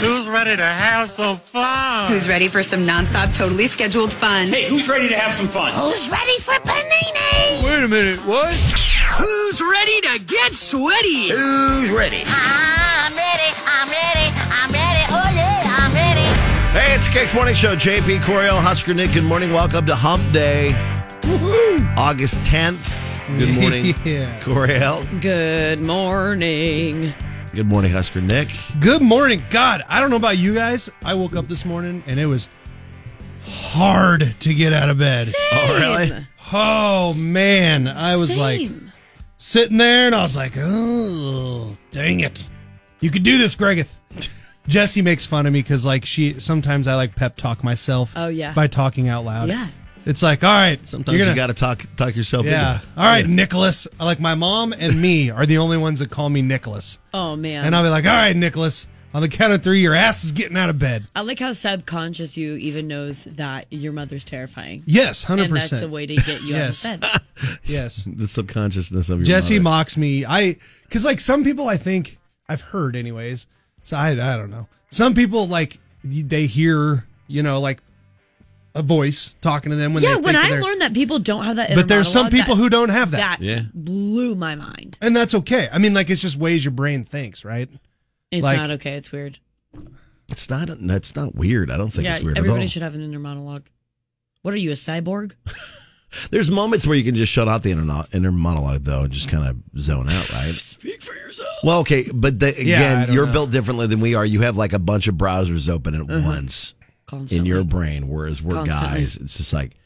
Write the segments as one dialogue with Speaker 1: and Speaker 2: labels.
Speaker 1: Who's ready to have some fun?
Speaker 2: Who's ready for some nonstop, totally scheduled fun?
Speaker 3: Hey, who's ready to have some fun?
Speaker 4: Who's ready for panini?
Speaker 1: Wait a minute, what?
Speaker 5: Who's ready to get sweaty?
Speaker 6: Who's ready?
Speaker 4: I'm ready. I'm ready. I'm ready. Oh yeah, I'm ready.
Speaker 6: Hey, it's Kicks Morning Show. JP Coriel, Husker Nick. Good morning. Welcome to Hump Day, August 10th. Good morning,
Speaker 7: Yeah.
Speaker 6: Coriel.
Speaker 8: Good morning.
Speaker 6: Good morning, Husker Nick.
Speaker 7: Good morning. God, I don't know about you guys. I woke up this morning and it was hard to get out of bed.
Speaker 6: Oh, really?
Speaker 7: Oh, man. I was like
Speaker 8: Same.
Speaker 7: sitting there and I was like, oh, dang it. You could do this, Gregeth. Jesse makes fun of me because, like, she sometimes I like pep talk myself.
Speaker 8: Oh, yeah.
Speaker 7: By talking out loud.
Speaker 8: Yeah.
Speaker 7: It's like, all right.
Speaker 6: Sometimes you got to talk talk yourself
Speaker 7: Yeah.
Speaker 6: into it.
Speaker 7: All right, Nicholas. Like, my mom and me are the only ones that call me Nicholas.
Speaker 8: Oh man.
Speaker 7: And I'll be like, all right, Nicholas, on the count of three, your ass is getting out of bed.
Speaker 8: I like how subconscious you even knows that your mother's terrifying.
Speaker 7: Yes, 100%.
Speaker 8: And that's a way to get you
Speaker 7: Yes.
Speaker 8: out of bed.
Speaker 7: Yes.
Speaker 6: The subconsciousness of your
Speaker 7: Jesse
Speaker 6: mother.
Speaker 7: mocks me. I, because like some people I think, I've heard anyways, so I, I don't know. Some people like, y- they hear, you know, like a voice talking to them when
Speaker 8: yeah,
Speaker 7: they
Speaker 8: when
Speaker 7: think
Speaker 8: I
Speaker 7: they're-
Speaker 8: learned that people don't have that, inner
Speaker 7: But there's some
Speaker 8: monologue,
Speaker 7: people
Speaker 8: that,
Speaker 7: who don't have that.
Speaker 8: that
Speaker 6: Yeah.
Speaker 8: blew my mind.
Speaker 7: And that's okay. I mean, like, it's just ways your brain thinks, right?
Speaker 8: It's
Speaker 7: Like-
Speaker 8: not okay. It's weird.
Speaker 6: It's not. That's not weird. I don't think
Speaker 8: Yeah,
Speaker 6: it's weird at
Speaker 8: everybody
Speaker 6: all.
Speaker 8: should have an inner monologue. What are you, a cyborg?
Speaker 6: There's moments where you can just shut out the inner, inner monologue though, and just kind of zone out, right?
Speaker 8: Speak for yourself.
Speaker 6: Well, okay, but the,
Speaker 7: Yeah, I
Speaker 6: again,
Speaker 7: don't
Speaker 6: you're
Speaker 7: know.
Speaker 6: built differently than we are. You have like a bunch of browsers open at
Speaker 8: Uh-huh.
Speaker 6: once in
Speaker 8: Constantly.
Speaker 6: your brain, whereas we're
Speaker 8: Constantly.
Speaker 6: guys. It's just like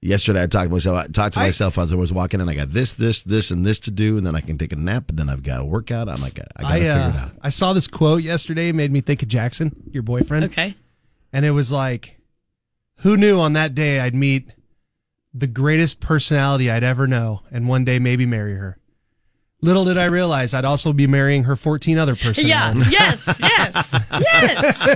Speaker 6: yesterday. I talked to myself. I talked to
Speaker 7: I-
Speaker 6: myself as I was walking in. I got this, this, this, and this to do, and then I can take a nap, and then I've got a workout. I'm like, I, I gotta
Speaker 7: uh,
Speaker 6: figure it out.
Speaker 7: I saw this quote yesterday, made me think of Jackson, your boyfriend.
Speaker 8: Okay.
Speaker 7: and it was like, who knew on that day I'd meet the greatest personality I'd ever know and one day maybe marry her. Little did I realize I'd also be marrying her 14 other
Speaker 8: Yeah.
Speaker 7: personalities.
Speaker 8: Yes. Yes. Yes.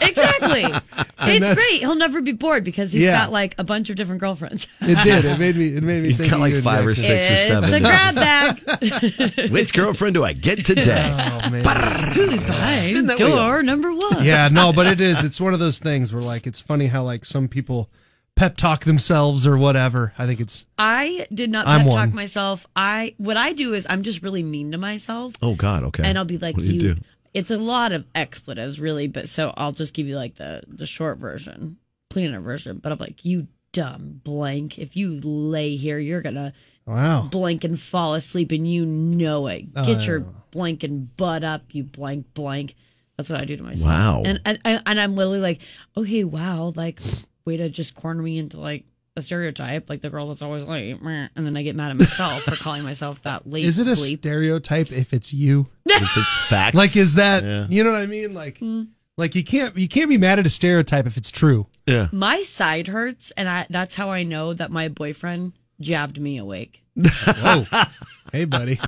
Speaker 8: exactly. It's
Speaker 7: that's-
Speaker 8: great. He'll never be bored because he's
Speaker 7: Yeah.
Speaker 8: got like a bunch of different girlfriends.
Speaker 7: It did. It made me, it made me
Speaker 6: You've
Speaker 7: think.
Speaker 6: got
Speaker 7: of
Speaker 6: like
Speaker 7: you and
Speaker 6: five or
Speaker 7: Jackson.
Speaker 6: six or
Speaker 8: it's
Speaker 6: seven.
Speaker 8: a grab bag.
Speaker 6: Which girlfriend do I get today?
Speaker 7: Oh, man.
Speaker 8: Who's behind
Speaker 6: Spin that
Speaker 8: door number one?
Speaker 7: yeah, no, but it is. It's one of those things where like, it's funny how like some people pep talk themselves or whatever. I think it's,
Speaker 8: I did not
Speaker 7: I'm
Speaker 8: pep
Speaker 7: one.
Speaker 8: talk myself. I what I do is I'm just really mean to myself,
Speaker 6: Oh God, okay.
Speaker 8: and I'll be like,
Speaker 6: what do
Speaker 8: you.
Speaker 6: you, do?
Speaker 8: It's a lot of expletives, really, but so I'll just give you like the the short version, cleaner version. But I'm like, you dumb blank. If you lay here, you're gonna
Speaker 7: wow.
Speaker 8: blank and fall asleep, and you know it. Get your
Speaker 7: Oh.
Speaker 8: blank and butt up, you blank blank. That's what I do to myself.
Speaker 6: Wow.
Speaker 8: And and, and and I'm literally like, okay, wow, like way to just corner me into like a stereotype, like the girl that's always late. meh, And then I get mad at myself for calling myself that late.
Speaker 7: Is it a
Speaker 8: bleep.
Speaker 7: stereotype if it's you?
Speaker 6: If it's facts,
Speaker 7: Like, is that,
Speaker 6: Yeah.
Speaker 7: you know what I mean? Like,
Speaker 8: Hmm.
Speaker 7: like you can't, you can't be mad at a stereotype if it's true.
Speaker 6: yeah.
Speaker 8: my side hurts, and I that's how I know that my boyfriend jabbed me awake.
Speaker 7: Whoa. hey, buddy.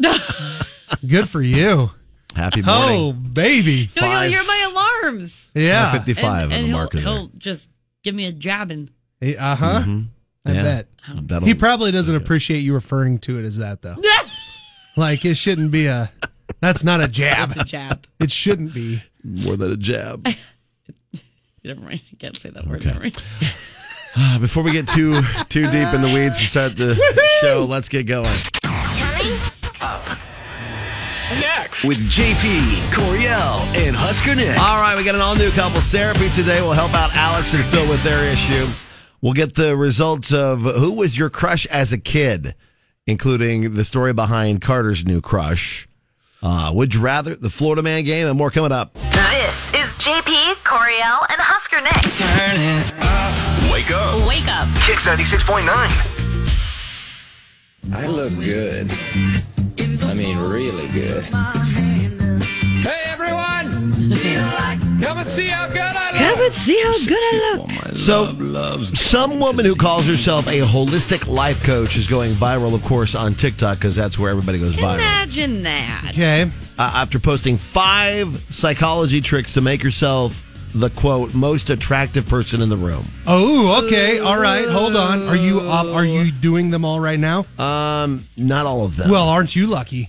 Speaker 7: Good for you.
Speaker 6: Happy morning.
Speaker 7: Oh, baby.
Speaker 8: No, you'll
Speaker 6: Five.
Speaker 8: hear my alarms.
Speaker 7: Yeah.
Speaker 6: fifty-five on
Speaker 8: and
Speaker 6: the
Speaker 8: he'll,
Speaker 6: marker there.
Speaker 8: he'll just give me a jabbing.
Speaker 7: Uh huh. I
Speaker 6: Mm-hmm. Yeah.
Speaker 7: bet.
Speaker 6: That'll-
Speaker 7: He probably doesn't appreciate you referring to it as that, though. Like, it shouldn't be a. That's not a
Speaker 8: It's
Speaker 7: jab.
Speaker 8: a jab.
Speaker 7: It shouldn't be.
Speaker 6: more than a jab.
Speaker 8: Never mind. I can't say that word.
Speaker 6: Okay.
Speaker 8: Never mind.
Speaker 6: Uh, Before we get too too deep in the weeds to start the show, let's get going.
Speaker 4: Coming
Speaker 5: With JP, Coriel, and Husker Nick.
Speaker 6: All right, we got an all new couple therapy today. We'll help out Alex and Phil with their issue. We'll get the results of who was your crush as a kid, including the story behind Carter's new crush. Uh, would you rather the Florida Man game and more coming up?
Speaker 9: This is JP, Coriel, and Husker Nick.
Speaker 5: Wake up.
Speaker 9: Wake up.
Speaker 5: Kicks 96.9.
Speaker 10: I look good. I mean, really good. Hey, everyone! Come and see how good I look!
Speaker 8: Come and see how good I look.
Speaker 6: So, some woman who calls herself a holistic life coach is going viral, of course, on TikTok because that's where everybody goes viral.
Speaker 8: Imagine that.
Speaker 7: Okay.
Speaker 6: uh, after posting five psychology tricks to make yourself the quote most attractive person in the room.
Speaker 7: Oh, okay. All right. Hold on. Are you uh,
Speaker 6: Uh-huh.
Speaker 7: are you doing them all right now?
Speaker 6: Um, not all of them.
Speaker 7: Well, aren't you lucky?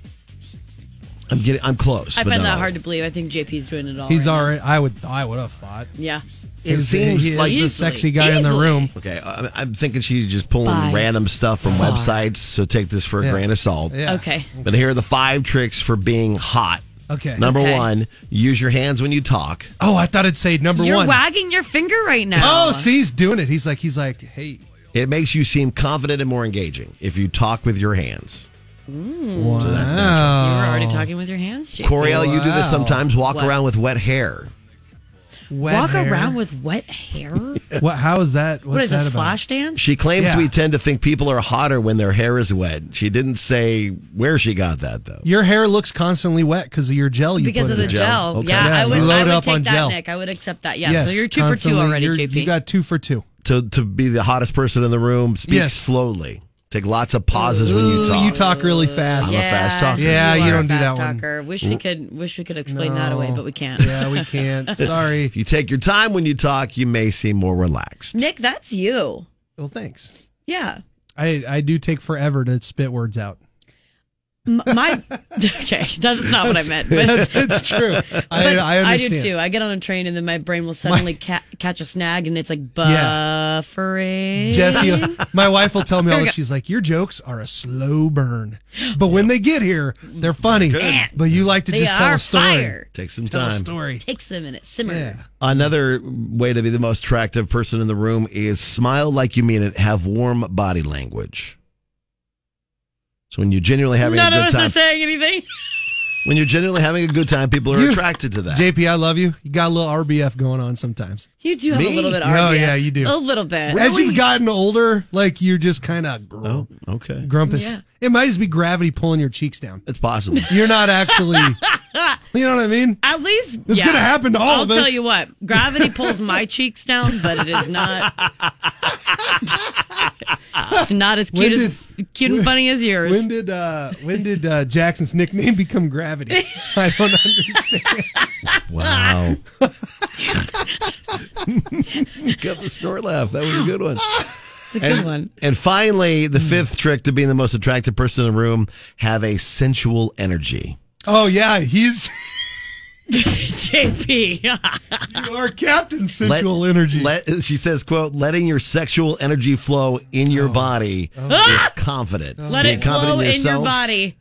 Speaker 6: I'm getting. I'm close.
Speaker 8: I
Speaker 6: but
Speaker 8: find
Speaker 6: not
Speaker 8: that
Speaker 6: all.
Speaker 8: hard to believe. I think JP's doing it all.
Speaker 7: He's
Speaker 8: right now.
Speaker 7: already. I would. I would have thought.
Speaker 8: Yeah.
Speaker 6: It seems
Speaker 7: he is
Speaker 6: like
Speaker 7: the
Speaker 8: Easily.
Speaker 7: sexy guy in the
Speaker 8: Easily.
Speaker 7: room.
Speaker 6: Okay, I'm, I'm thinking she's just pulling
Speaker 8: Bye.
Speaker 6: random stuff from
Speaker 8: Far.
Speaker 6: websites. So take this for a
Speaker 7: Yeah.
Speaker 6: grain of salt.
Speaker 7: Yeah.
Speaker 8: Okay.
Speaker 6: But here are the five tricks for being hot.
Speaker 7: Okay.
Speaker 6: Number
Speaker 8: Okay.
Speaker 6: one, use your hands when you talk.
Speaker 7: Oh, I thought it said number
Speaker 8: You're
Speaker 7: one.
Speaker 8: wagging your finger right now.
Speaker 7: Oh, see, he's doing it. He's like, he's like, hey,
Speaker 6: It makes you seem confident and more engaging if you talk with your hands.
Speaker 7: wow.
Speaker 8: You were
Speaker 7: Oh.
Speaker 8: already talking with your hands, JP.
Speaker 6: Coriel, you do this
Speaker 7: Wow.
Speaker 6: sometimes. Walk
Speaker 8: What?
Speaker 6: around with wet hair.
Speaker 7: Wet
Speaker 8: Walk
Speaker 7: hair.
Speaker 8: around with wet hair?
Speaker 7: What? How is that? What's
Speaker 8: what is
Speaker 7: that
Speaker 8: this,
Speaker 7: about?
Speaker 8: flash dance?
Speaker 6: She claims
Speaker 7: Yeah.
Speaker 6: we tend to think people are hotter when their hair is wet. She didn't say where she got that though.
Speaker 7: Your hair looks constantly wet because of your gel. You
Speaker 8: Because
Speaker 7: put
Speaker 8: of
Speaker 7: in
Speaker 8: the
Speaker 7: it.
Speaker 8: gel.
Speaker 6: Okay.
Speaker 8: Yeah,
Speaker 7: Yeah,
Speaker 8: I would,
Speaker 7: you
Speaker 8: I
Speaker 7: load
Speaker 8: would
Speaker 7: up
Speaker 8: take
Speaker 7: on
Speaker 8: that,
Speaker 7: gel.
Speaker 8: Nick. I would accept that. Yeah,
Speaker 7: Yes,
Speaker 8: so you're two for two
Speaker 7: constantly.
Speaker 8: already,
Speaker 7: You're-
Speaker 8: JP.
Speaker 7: You got two for two.
Speaker 6: To to be the hottest person in the room, speak
Speaker 7: Yes.
Speaker 6: slowly. Take lots of pauses when you
Speaker 7: Ooh,
Speaker 6: talk.
Speaker 7: you talk really fast.
Speaker 6: I'm a fast talker.
Speaker 7: Yeah, you
Speaker 8: are
Speaker 7: don't
Speaker 8: a
Speaker 7: do
Speaker 8: fast
Speaker 7: that one. Mm.
Speaker 8: talker. Wish we could wish we could explain that away,
Speaker 7: No.
Speaker 8: but we can't.
Speaker 7: Yeah, we can't. Sorry.
Speaker 6: If you take your time when you talk, you may seem more relaxed.
Speaker 8: Nick, that's you.
Speaker 7: Well, thanks.
Speaker 8: Yeah.
Speaker 7: I I do take forever to spit words out.
Speaker 8: M- My okay, that's not what I meant. But,
Speaker 7: That's, it's true. I,
Speaker 8: but
Speaker 7: I understand.
Speaker 8: do too. I get on a train and then my brain will suddenly ca- catch a snag and it's like buffering.
Speaker 7: Jesse, my wife will tell me all
Speaker 8: we
Speaker 7: that.
Speaker 8: go.
Speaker 7: She's like, "Your jokes are a slow burn, but when they get here, they're funny. But you like to
Speaker 8: they
Speaker 7: just
Speaker 8: are
Speaker 7: tell a story.
Speaker 8: fire.
Speaker 6: Take some
Speaker 7: Tell a
Speaker 6: time.
Speaker 7: story.
Speaker 8: Takes a minute. Simmer.
Speaker 7: Yeah.
Speaker 6: Another way to be the most attractive person in the room is smile like you mean it. Have warm body language. So when you're genuinely having
Speaker 8: None
Speaker 6: a
Speaker 8: of
Speaker 6: good
Speaker 8: us
Speaker 6: time,
Speaker 8: are saying anything.
Speaker 6: when you're genuinely having a good time, people are
Speaker 7: You-
Speaker 6: attracted to that.
Speaker 7: JP, I love you. You got a little RBF going on sometimes.
Speaker 8: You do have
Speaker 6: Me?
Speaker 8: a little bit of
Speaker 7: No,
Speaker 8: RBF.
Speaker 7: Oh, yeah, you do.
Speaker 8: A little bit.
Speaker 7: As you've gotten older, like you're just kind of
Speaker 6: oh, okay,
Speaker 7: grumpus.
Speaker 8: Yeah.
Speaker 7: It might just be gravity pulling your cheeks down.
Speaker 6: it's possible.
Speaker 7: You're not actually. you know what I mean?
Speaker 8: At least
Speaker 7: It's
Speaker 8: yeah.
Speaker 7: gonna happen to all
Speaker 8: I'll
Speaker 7: of us.
Speaker 8: tell you what, gravity pulls my cheeks down, but it is not. it's not as cute as cute and funny as yours.
Speaker 7: When did uh, when did uh, Jackson's nickname become Gravity? I don't understand.
Speaker 6: Wow. Got the snort laugh. That was a good one.
Speaker 8: it's a good
Speaker 6: And,
Speaker 8: one.
Speaker 6: and finally, the fifth trick to being the most attractive person in the room have a sensual energy.
Speaker 7: Oh yeah, he's
Speaker 8: JP.
Speaker 7: our captain. Sensual energy.
Speaker 6: let- she says, "quote Letting your sexual energy flow in
Speaker 7: Oh.
Speaker 6: your body is confident.
Speaker 8: Let
Speaker 6: Being
Speaker 8: it
Speaker 6: confident
Speaker 8: flow in your
Speaker 6: yourself
Speaker 8: body.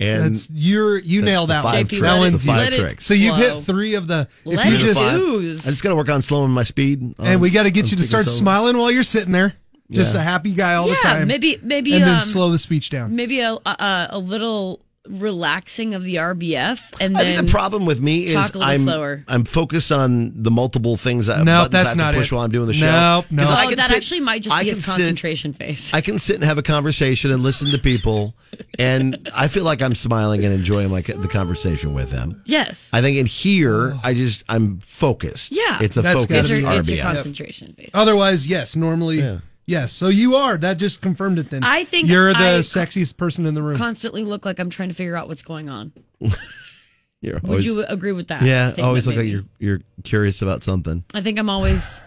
Speaker 6: And
Speaker 7: That's you're you nail
Speaker 6: the
Speaker 7: that
Speaker 6: five
Speaker 7: one.
Speaker 8: JP,
Speaker 7: that
Speaker 8: let
Speaker 6: tricks.
Speaker 7: one's
Speaker 6: The five
Speaker 8: let it-
Speaker 6: tricks.
Speaker 7: So you've
Speaker 8: flow.
Speaker 7: hit three of the.
Speaker 8: Let
Speaker 7: if you
Speaker 8: it
Speaker 7: just
Speaker 6: Five.
Speaker 8: ooze.
Speaker 6: I just got to work on slowing my speed.
Speaker 7: and we got to get you to
Speaker 6: taking
Speaker 7: start
Speaker 6: so-
Speaker 7: smiling while you're sitting there, just
Speaker 6: Yeah.
Speaker 7: a happy guy all
Speaker 8: yeah,
Speaker 7: the time.
Speaker 8: maybe maybe
Speaker 7: and then
Speaker 8: um,
Speaker 7: slow the speech down.
Speaker 8: maybe a, a a little relaxing of the RBF, and
Speaker 6: I think
Speaker 8: then
Speaker 6: the problem with me is
Speaker 8: talk a little
Speaker 6: I'm
Speaker 8: slower.
Speaker 6: I'm focused on the multiple things. that-
Speaker 7: Nope,
Speaker 6: buttons I
Speaker 7: that's
Speaker 6: have
Speaker 7: not
Speaker 6: to push
Speaker 7: it.
Speaker 6: while I'm doing the show.
Speaker 7: Nope,
Speaker 6: 'Cause
Speaker 7: no.
Speaker 6: I
Speaker 8: oh,
Speaker 6: can
Speaker 8: that
Speaker 6: sit-
Speaker 8: actually might just
Speaker 6: I
Speaker 8: be
Speaker 6: can
Speaker 8: his
Speaker 6: sit-
Speaker 8: concentration face.
Speaker 6: I can sit and have a conversation and listen to people, and I feel like I'm smiling and enjoying my the conversation with them.
Speaker 8: yes,
Speaker 6: I think in here, I just I'm focused.
Speaker 8: Yeah.
Speaker 6: it's a
Speaker 7: That's gotta
Speaker 6: focused
Speaker 8: Oh. it's, your,
Speaker 7: be
Speaker 8: it's your
Speaker 6: RBF.
Speaker 8: concentration face.
Speaker 7: Otherwise, yes, normally.
Speaker 6: Yeah.
Speaker 7: Yes, so you are. That just confirmed it. Then
Speaker 8: I think
Speaker 7: you're the
Speaker 8: I-
Speaker 7: sexiest person in the room.
Speaker 8: Constantly look like I'm trying to figure out what's going on.
Speaker 6: You're
Speaker 8: Would
Speaker 6: always-
Speaker 8: you agree with that?
Speaker 6: Yeah,
Speaker 8: statement,
Speaker 6: always look
Speaker 8: maybe?
Speaker 6: like you're you're curious about something,
Speaker 8: I think I'm always.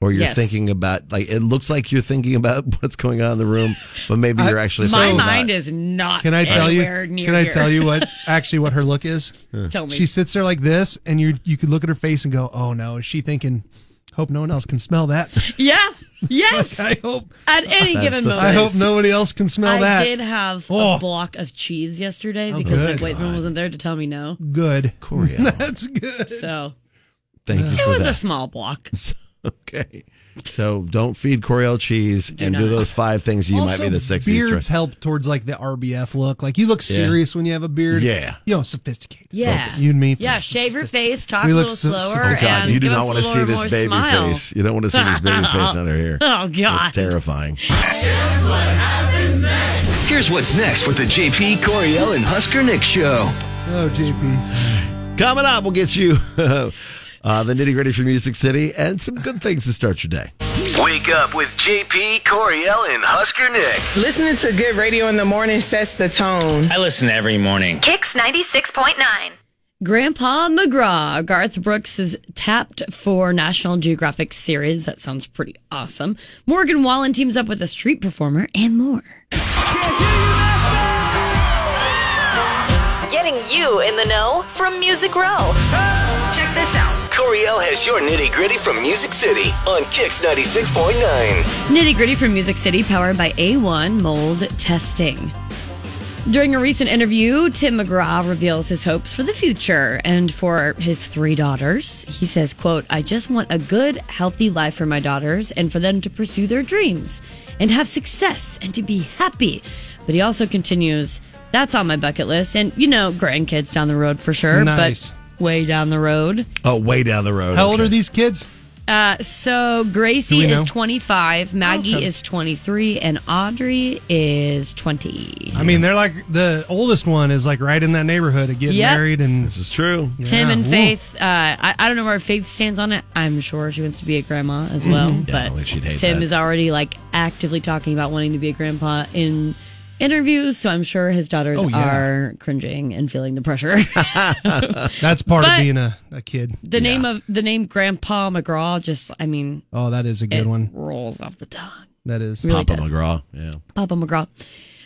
Speaker 6: or you're
Speaker 8: Yes.
Speaker 6: thinking about like it looks like you're thinking about what's going on in the room, but maybe
Speaker 7: I-
Speaker 6: you're actually.
Speaker 8: my
Speaker 6: thinking
Speaker 8: mind
Speaker 6: about-
Speaker 8: is not.
Speaker 7: Can I tell you?
Speaker 8: anywhere
Speaker 7: Can
Speaker 8: Near
Speaker 7: I
Speaker 8: here.
Speaker 7: tell you what actually what her look is?
Speaker 8: tell me.
Speaker 7: She sits there like this, and you you could look at her face and go, "Oh no, is she thinking? Hope no one else can smell that.
Speaker 8: yeah. Yes.
Speaker 7: I hope
Speaker 8: At any
Speaker 6: That's
Speaker 8: given
Speaker 6: the
Speaker 8: moment.
Speaker 7: I
Speaker 6: Nice.
Speaker 7: hope nobody else can smell
Speaker 8: I
Speaker 7: that.
Speaker 8: did have
Speaker 7: Oh.
Speaker 8: a block of cheese yesterday
Speaker 7: Oh,
Speaker 8: because
Speaker 7: good.
Speaker 8: my boyfriend wasn't there to tell me no.
Speaker 7: Good.
Speaker 6: Coriel.
Speaker 7: That's good.
Speaker 8: So
Speaker 6: Thank you.
Speaker 8: it
Speaker 6: for
Speaker 8: was
Speaker 6: that.
Speaker 8: a small block.
Speaker 6: Okay. So don't feed Coriel cheese and do
Speaker 8: not.
Speaker 6: those five things. You
Speaker 7: Also,
Speaker 6: might be the sexiest.
Speaker 7: Beards
Speaker 6: right?
Speaker 7: help towards like the RBF look. Like you look serious when you have a beard.
Speaker 6: Yeah.
Speaker 7: You know, sophisticated.
Speaker 8: Yeah.
Speaker 7: Focus. You and me.
Speaker 8: Yeah. Shave your face. Talk
Speaker 7: We
Speaker 8: a
Speaker 7: look
Speaker 8: little
Speaker 7: so- so-
Speaker 8: slower.
Speaker 6: Oh God!
Speaker 8: and
Speaker 6: You do
Speaker 8: give
Speaker 6: not
Speaker 8: us a
Speaker 6: want to see
Speaker 8: little
Speaker 6: this
Speaker 8: more
Speaker 6: baby
Speaker 8: smile.
Speaker 6: face. You don't want to see this baby face under here.
Speaker 8: Oh God.
Speaker 6: It's terrifying.
Speaker 5: Here's what's next with the JP Coriel and Husker Nick show.
Speaker 7: Oh, JP.
Speaker 6: Coming up, we'll get you uh, the nitty gritty from Music City and some good things to start your day.
Speaker 5: Wake up with JP Coriel and Husker Nick.
Speaker 3: Listening to good radio in the morning sets the tone.
Speaker 10: I listen every morning.
Speaker 9: Kicks 96.9.
Speaker 8: Grandpa McGraw, Garth Brooks is tapped for National Geographic series. That sounds pretty awesome. Morgan Wallen teams up with a street performer and more.
Speaker 9: Getting you in the know from Music Row. Check this out.
Speaker 5: Coriel has your nitty gritty from Music City on Kix 96.9.
Speaker 8: Nitty gritty from Music City, powered by A1 Mold Testing. During a recent interview, Tim McGraw reveals his hopes for the future and for his three daughters. He says, quote, I just want a good, healthy life for my daughters and for them to pursue their dreams and have success and to be happy. But he also continues, that's on my bucket list. And, you know, grandkids down the road for sure,
Speaker 7: Nice.
Speaker 8: but way down the road.
Speaker 6: Oh, way down the road.
Speaker 7: How old
Speaker 6: Okay.
Speaker 7: are these kids?
Speaker 8: Uh, so Gracie
Speaker 7: Do we know? Oh,
Speaker 8: is 25, Maggie
Speaker 7: Okay.
Speaker 8: is 23, and Audrey is 20.
Speaker 7: I mean, they're like the oldest one is like right in that neighborhood of getting
Speaker 8: Yep.
Speaker 7: married, and
Speaker 6: This is true.
Speaker 8: Tim
Speaker 7: Yeah.
Speaker 8: and
Speaker 7: Ooh.
Speaker 8: Faith, uh, I, I don't know where Faith stands on it. I'm sure she wants to be a grandma
Speaker 7: Mm-hmm.
Speaker 8: as well,
Speaker 6: I think
Speaker 8: but
Speaker 6: she'd hate
Speaker 8: Tim
Speaker 6: that.
Speaker 8: is already like actively talking about wanting to be a grandpa in interviews, so I'm sure his daughters
Speaker 7: Oh, yeah.
Speaker 8: are cringing and feeling the pressure.
Speaker 7: that's part
Speaker 8: But-
Speaker 7: of being a, a kid.
Speaker 8: the name of the name Grandpa McGraw just, I mean,
Speaker 7: Oh, that is a good
Speaker 8: it
Speaker 7: one.
Speaker 8: rolls off the tongue.
Speaker 7: That is.
Speaker 8: Really
Speaker 6: Papa
Speaker 8: does.
Speaker 6: McGraw. Yeah.
Speaker 8: Papa McGraw.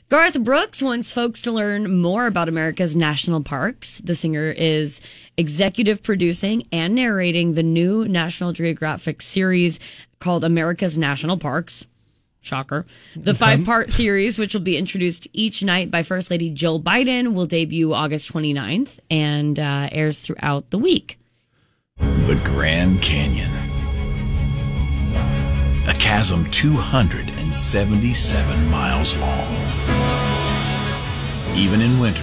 Speaker 8: Garth Brooks wants folks to learn more about America's national parks. The singer is executive producing and narrating the new National Geographic series called America's National Parks. Shocker. The five part series, which will be introduced each night by First Lady Jill Biden, will debut August 29th and uh, airs throughout the week.
Speaker 5: The Grand Canyon. A chasm 277 miles long. Even in winter,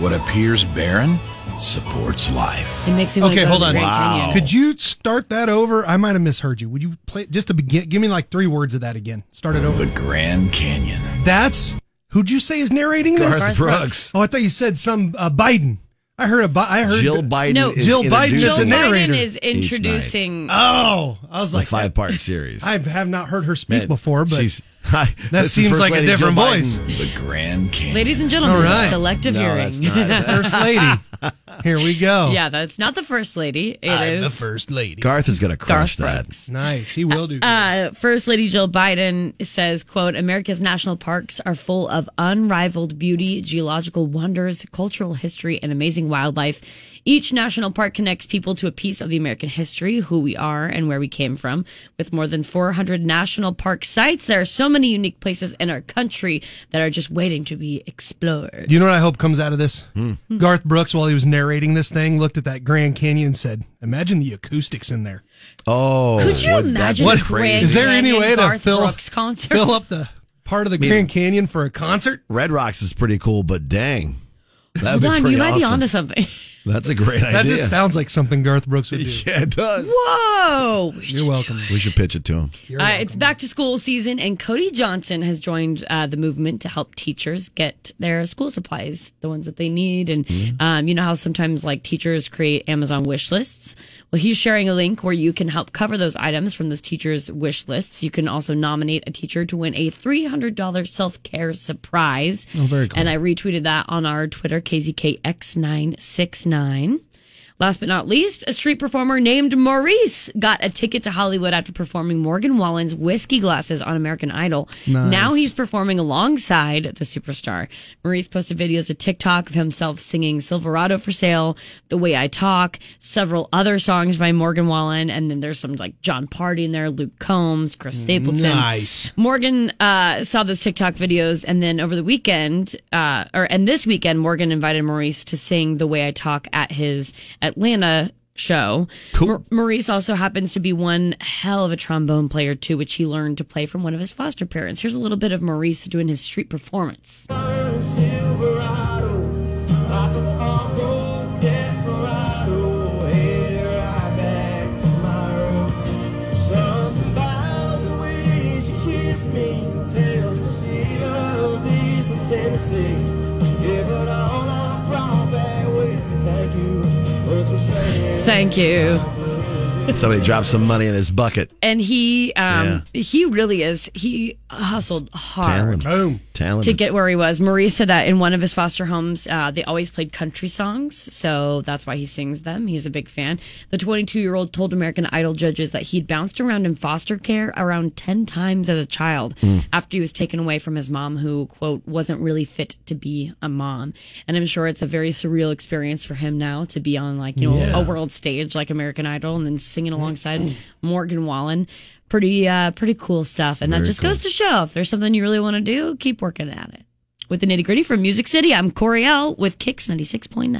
Speaker 5: what appears barren supports life.
Speaker 8: It makes me want
Speaker 7: Okay,
Speaker 8: to go
Speaker 7: hold
Speaker 8: to the
Speaker 7: on.
Speaker 8: Grand
Speaker 6: Wow.
Speaker 8: Canyon.
Speaker 7: Could you start that over? I might have misheard you. Would you play just to begin? Give me like three words of that again. Start it over.
Speaker 5: The Grand Canyon.
Speaker 7: That's who'd you say is narrating this?
Speaker 6: Garth Brooks.
Speaker 7: Oh, I thought you said some uh, Biden. I heard a Bi- I heard
Speaker 6: Jill Biden.
Speaker 8: No,
Speaker 6: is
Speaker 7: Jill Biden is
Speaker 8: Jill
Speaker 7: the
Speaker 6: introducing
Speaker 7: narrator
Speaker 8: Biden is introducing.
Speaker 6: Uh,
Speaker 7: Oh, I was
Speaker 6: The
Speaker 7: like
Speaker 6: five part series.
Speaker 7: I have not heard her speak
Speaker 6: Man,
Speaker 7: before, but
Speaker 6: she's- Hi,
Speaker 7: that
Speaker 6: this is
Speaker 7: seems
Speaker 6: First
Speaker 7: like a
Speaker 6: Lady Jill
Speaker 7: different
Speaker 6: Biden.
Speaker 7: voice.
Speaker 5: The Grand Canyon.
Speaker 8: Ladies and gentlemen,
Speaker 7: All right.
Speaker 8: selective
Speaker 6: No,
Speaker 8: hearing.
Speaker 6: that's not.
Speaker 7: First lady. Here we
Speaker 6: Oh.
Speaker 7: go.
Speaker 8: Yeah, that's not the first lady. It is
Speaker 7: first lady.
Speaker 6: Garth is going to crush
Speaker 8: Garth
Speaker 6: that.
Speaker 8: Brooks.
Speaker 7: Nice. He will do. good.
Speaker 8: Uh, first Lady Jill Biden says, "quote America's national parks are full of unrivaled beauty, geological wonders, cultural history, and amazing wildlife. Each national park connects people to a piece of the American history, who we are, and where we came from. With more than 400 national park sites, there are so many unique places in our country that are just waiting to be explored."
Speaker 7: Do you know what I hope comes out of this?
Speaker 6: Hmm.
Speaker 7: Garth Brooks, while he was narrating this thing, looked at that Grand Canyon and said, Imagine the acoustics in there.
Speaker 6: Oh,
Speaker 8: Could you
Speaker 6: would that
Speaker 8: imagine
Speaker 6: be
Speaker 8: a
Speaker 7: What
Speaker 8: Grand
Speaker 6: crazy?
Speaker 7: is there any
Speaker 8: Canyon
Speaker 7: way to
Speaker 8: Garth
Speaker 7: fill,
Speaker 8: Brooks concert?
Speaker 7: fill up the part of the Grand Canyon for a concert?
Speaker 6: Red Rocks is pretty cool, but dang, that'd be
Speaker 8: Don,
Speaker 6: pretty
Speaker 8: you might
Speaker 6: awesome.
Speaker 8: be onto something.
Speaker 6: That's a great
Speaker 7: That
Speaker 6: idea.
Speaker 7: just sounds like something Garth Brooks would do.
Speaker 6: yeah, it does.
Speaker 8: Whoa!
Speaker 7: You're welcome.
Speaker 6: We should pitch it to him.
Speaker 8: Uh, it's back to school season, and Cody Johnson has joined uh, the movement to help teachers get their school supplies, the ones that they need. And um, you know how sometimes like teachers create Amazon wish lists. Well, he's sharing a link where you can help cover those items from those teachers' wish lists. You can also nominate a teacher to win a three hundred dollar self care surprise. Oh, very cool! And I retweeted that on our Twitter KZKX969. Last but not least, a street performer named Maurice got a ticket to Hollywood after performing Morgan Wallen's Whiskey Glasses on American Idol. Now he's performing alongside the superstar. Maurice posted videos of TikTok of himself singing Silverado for Sale, The Way I Talk, several other songs by Morgan Wallen, and then there's some like John Party in there, Luke Combs, Chris Stapleton.
Speaker 7: Nice.
Speaker 8: Morgan uh, saw those TikTok videos, and then over the weekend, uh, or and this weekend, Morgan invited Maurice to sing "The Way I Talk" at his Atlanta show. Cool. Maurice also happens to be one hell of a trombone player too, which he learned to play from one of his foster parents. Here's a little bit of Maurice doing his street performance. Thank you.
Speaker 6: Somebody dropped some money in his bucket.
Speaker 8: and he um, he really is. He hustled hard
Speaker 6: Talent.
Speaker 7: Boom.
Speaker 6: Talent.
Speaker 8: to get where he was. Marie said that in one of his foster homes, uh, they always played country songs, so that's why he sings them. He's a big fan. The 22 year old told American Idol judges that he'd bounced around in foster care around 10 times as a child after he was taken away from his mom, who, quote, wasn't really fit to be a mom. And I'm sure it's a very surreal experience for him now to be on, like, you know, a world stage like American Idol and then singing alongside Morgan Wallen. Pretty, uh, pretty cool stuff. And that just goes to show if there's something you really want to do, keep working at it. With the nitty gritty from Music City, I'm Corey L with Kicks 96.9.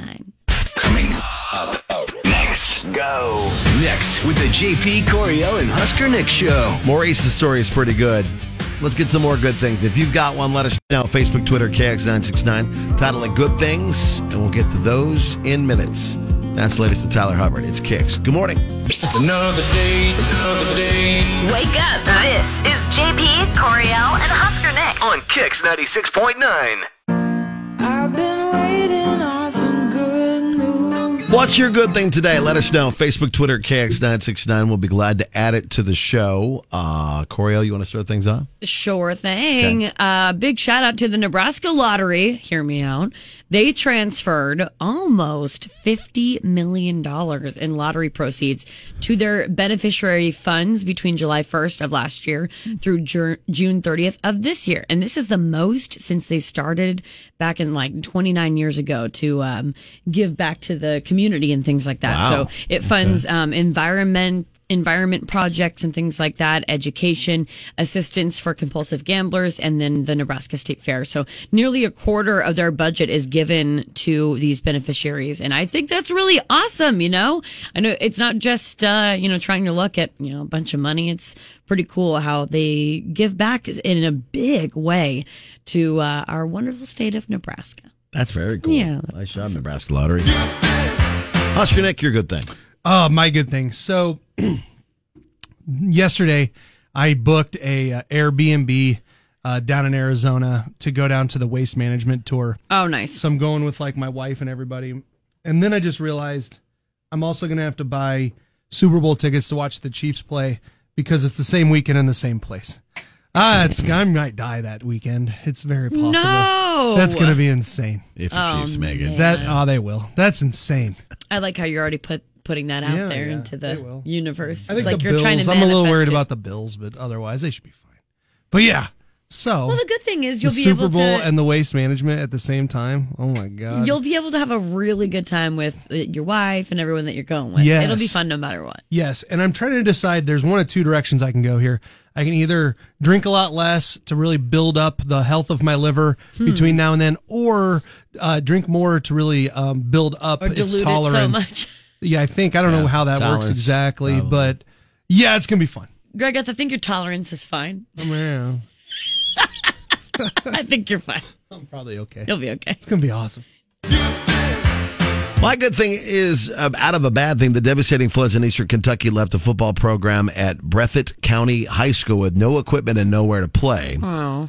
Speaker 5: Go. Next with the JP Coriel and Husker Nick show.
Speaker 6: Maurice's story is pretty good. Let's get some more good things. If you've got one, let us know. Facebook, Twitter, KX969. Title it Good Things, and we'll get to those in minutes. That's the latest from Tyler Hubbard. It's Kicks. Good morning.
Speaker 11: It's another day, another day.
Speaker 9: Wake up. This is JP, Coriel, and Husker Nick.
Speaker 5: On Kicks 96.9.
Speaker 11: I've been waiting on some good news.
Speaker 6: What's your good thing today? Let us know. Facebook, Twitter, KX969. We'll be glad to add it to the show. Uh, Coriel, you want to start things off?
Speaker 8: Sure thing. Uh, big shout out to the Nebraska Lottery. Hear me out. They transferred almost $50 million in lottery proceeds to their beneficiary funds between July 1st of last year through Ju- June 30th of this year. And this is the most since they started back in like 29 years ago to um, give back to the community and things like that.
Speaker 6: Wow.
Speaker 8: So it funds um, environment environment projects and things like that, education, assistance for compulsive gamblers, and then the Nebraska State Fair. So nearly a quarter of their budget is given to these beneficiaries. And I think that's really awesome, you know? I know it's not just uh, you know, trying to look at, you know, a bunch of money. It's pretty cool how they give back in a big way to uh, our wonderful state of Nebraska.
Speaker 6: That's very cool.
Speaker 8: Yeah,
Speaker 6: Nice job, Nebraska Lottery. Husker Nick, your good thing.
Speaker 7: Oh, my good thing. So yesterday, I booked a uh, Airbnb uh, down in Arizona to go down to the waste management tour.
Speaker 8: Oh nice.
Speaker 7: So I'm going with like my wife and everybody. And then I just realized I'm also going to have to buy Super Bowl tickets to watch the Chiefs play because it's the same weekend in the same place. Ah, it's I might die that weekend. It's very possible.
Speaker 8: No.
Speaker 7: That's going to be insane.
Speaker 6: If the Chiefs make it.
Speaker 7: That oh, they will. That's insane.
Speaker 8: I like how you're already put putting that out
Speaker 7: Yeah,
Speaker 8: there
Speaker 7: yeah,
Speaker 8: into
Speaker 7: they will.
Speaker 8: the universe.
Speaker 7: I
Speaker 8: it's
Speaker 7: think
Speaker 8: like
Speaker 7: the
Speaker 8: you're
Speaker 7: Bills.
Speaker 8: trying to.
Speaker 7: I'm a little
Speaker 8: manifest
Speaker 7: worried
Speaker 8: it.
Speaker 7: about the Bills, but otherwise they should be fine. But yeah, so
Speaker 8: Well, the good thing is
Speaker 7: the
Speaker 8: you'll be
Speaker 7: Super
Speaker 8: able
Speaker 7: Bowl
Speaker 8: to.
Speaker 7: and the waste management at the same time. Oh my god!
Speaker 8: You'll be able to have a really good time with uh, your wife and everyone that you're going with.
Speaker 7: Yes.
Speaker 8: It'll be fun no matter what.
Speaker 7: Yes, and I'm trying to decide. There's one of two directions I can go here. I can either drink a lot less to really build up the health of my liver
Speaker 8: Hmm.
Speaker 7: between now and then, or uh, drink more to really um, build up
Speaker 8: Or
Speaker 7: its
Speaker 8: dilute it
Speaker 7: tolerance.
Speaker 8: so much.
Speaker 7: Yeah, I think I don't know how that
Speaker 6: tolerance,
Speaker 7: works exactly,
Speaker 6: probably.
Speaker 7: but yeah, it's gonna be fun.
Speaker 8: Greg, I think your tolerance is fine.
Speaker 7: I mean,
Speaker 8: I think you're fine.
Speaker 7: I'm probably okay.
Speaker 8: You'll be okay.
Speaker 7: It's gonna be awesome.
Speaker 6: My good thing is, uh, out of a bad thing, the devastating floods in eastern Kentucky left a football program at Breathitt County High School with no equipment and nowhere to play.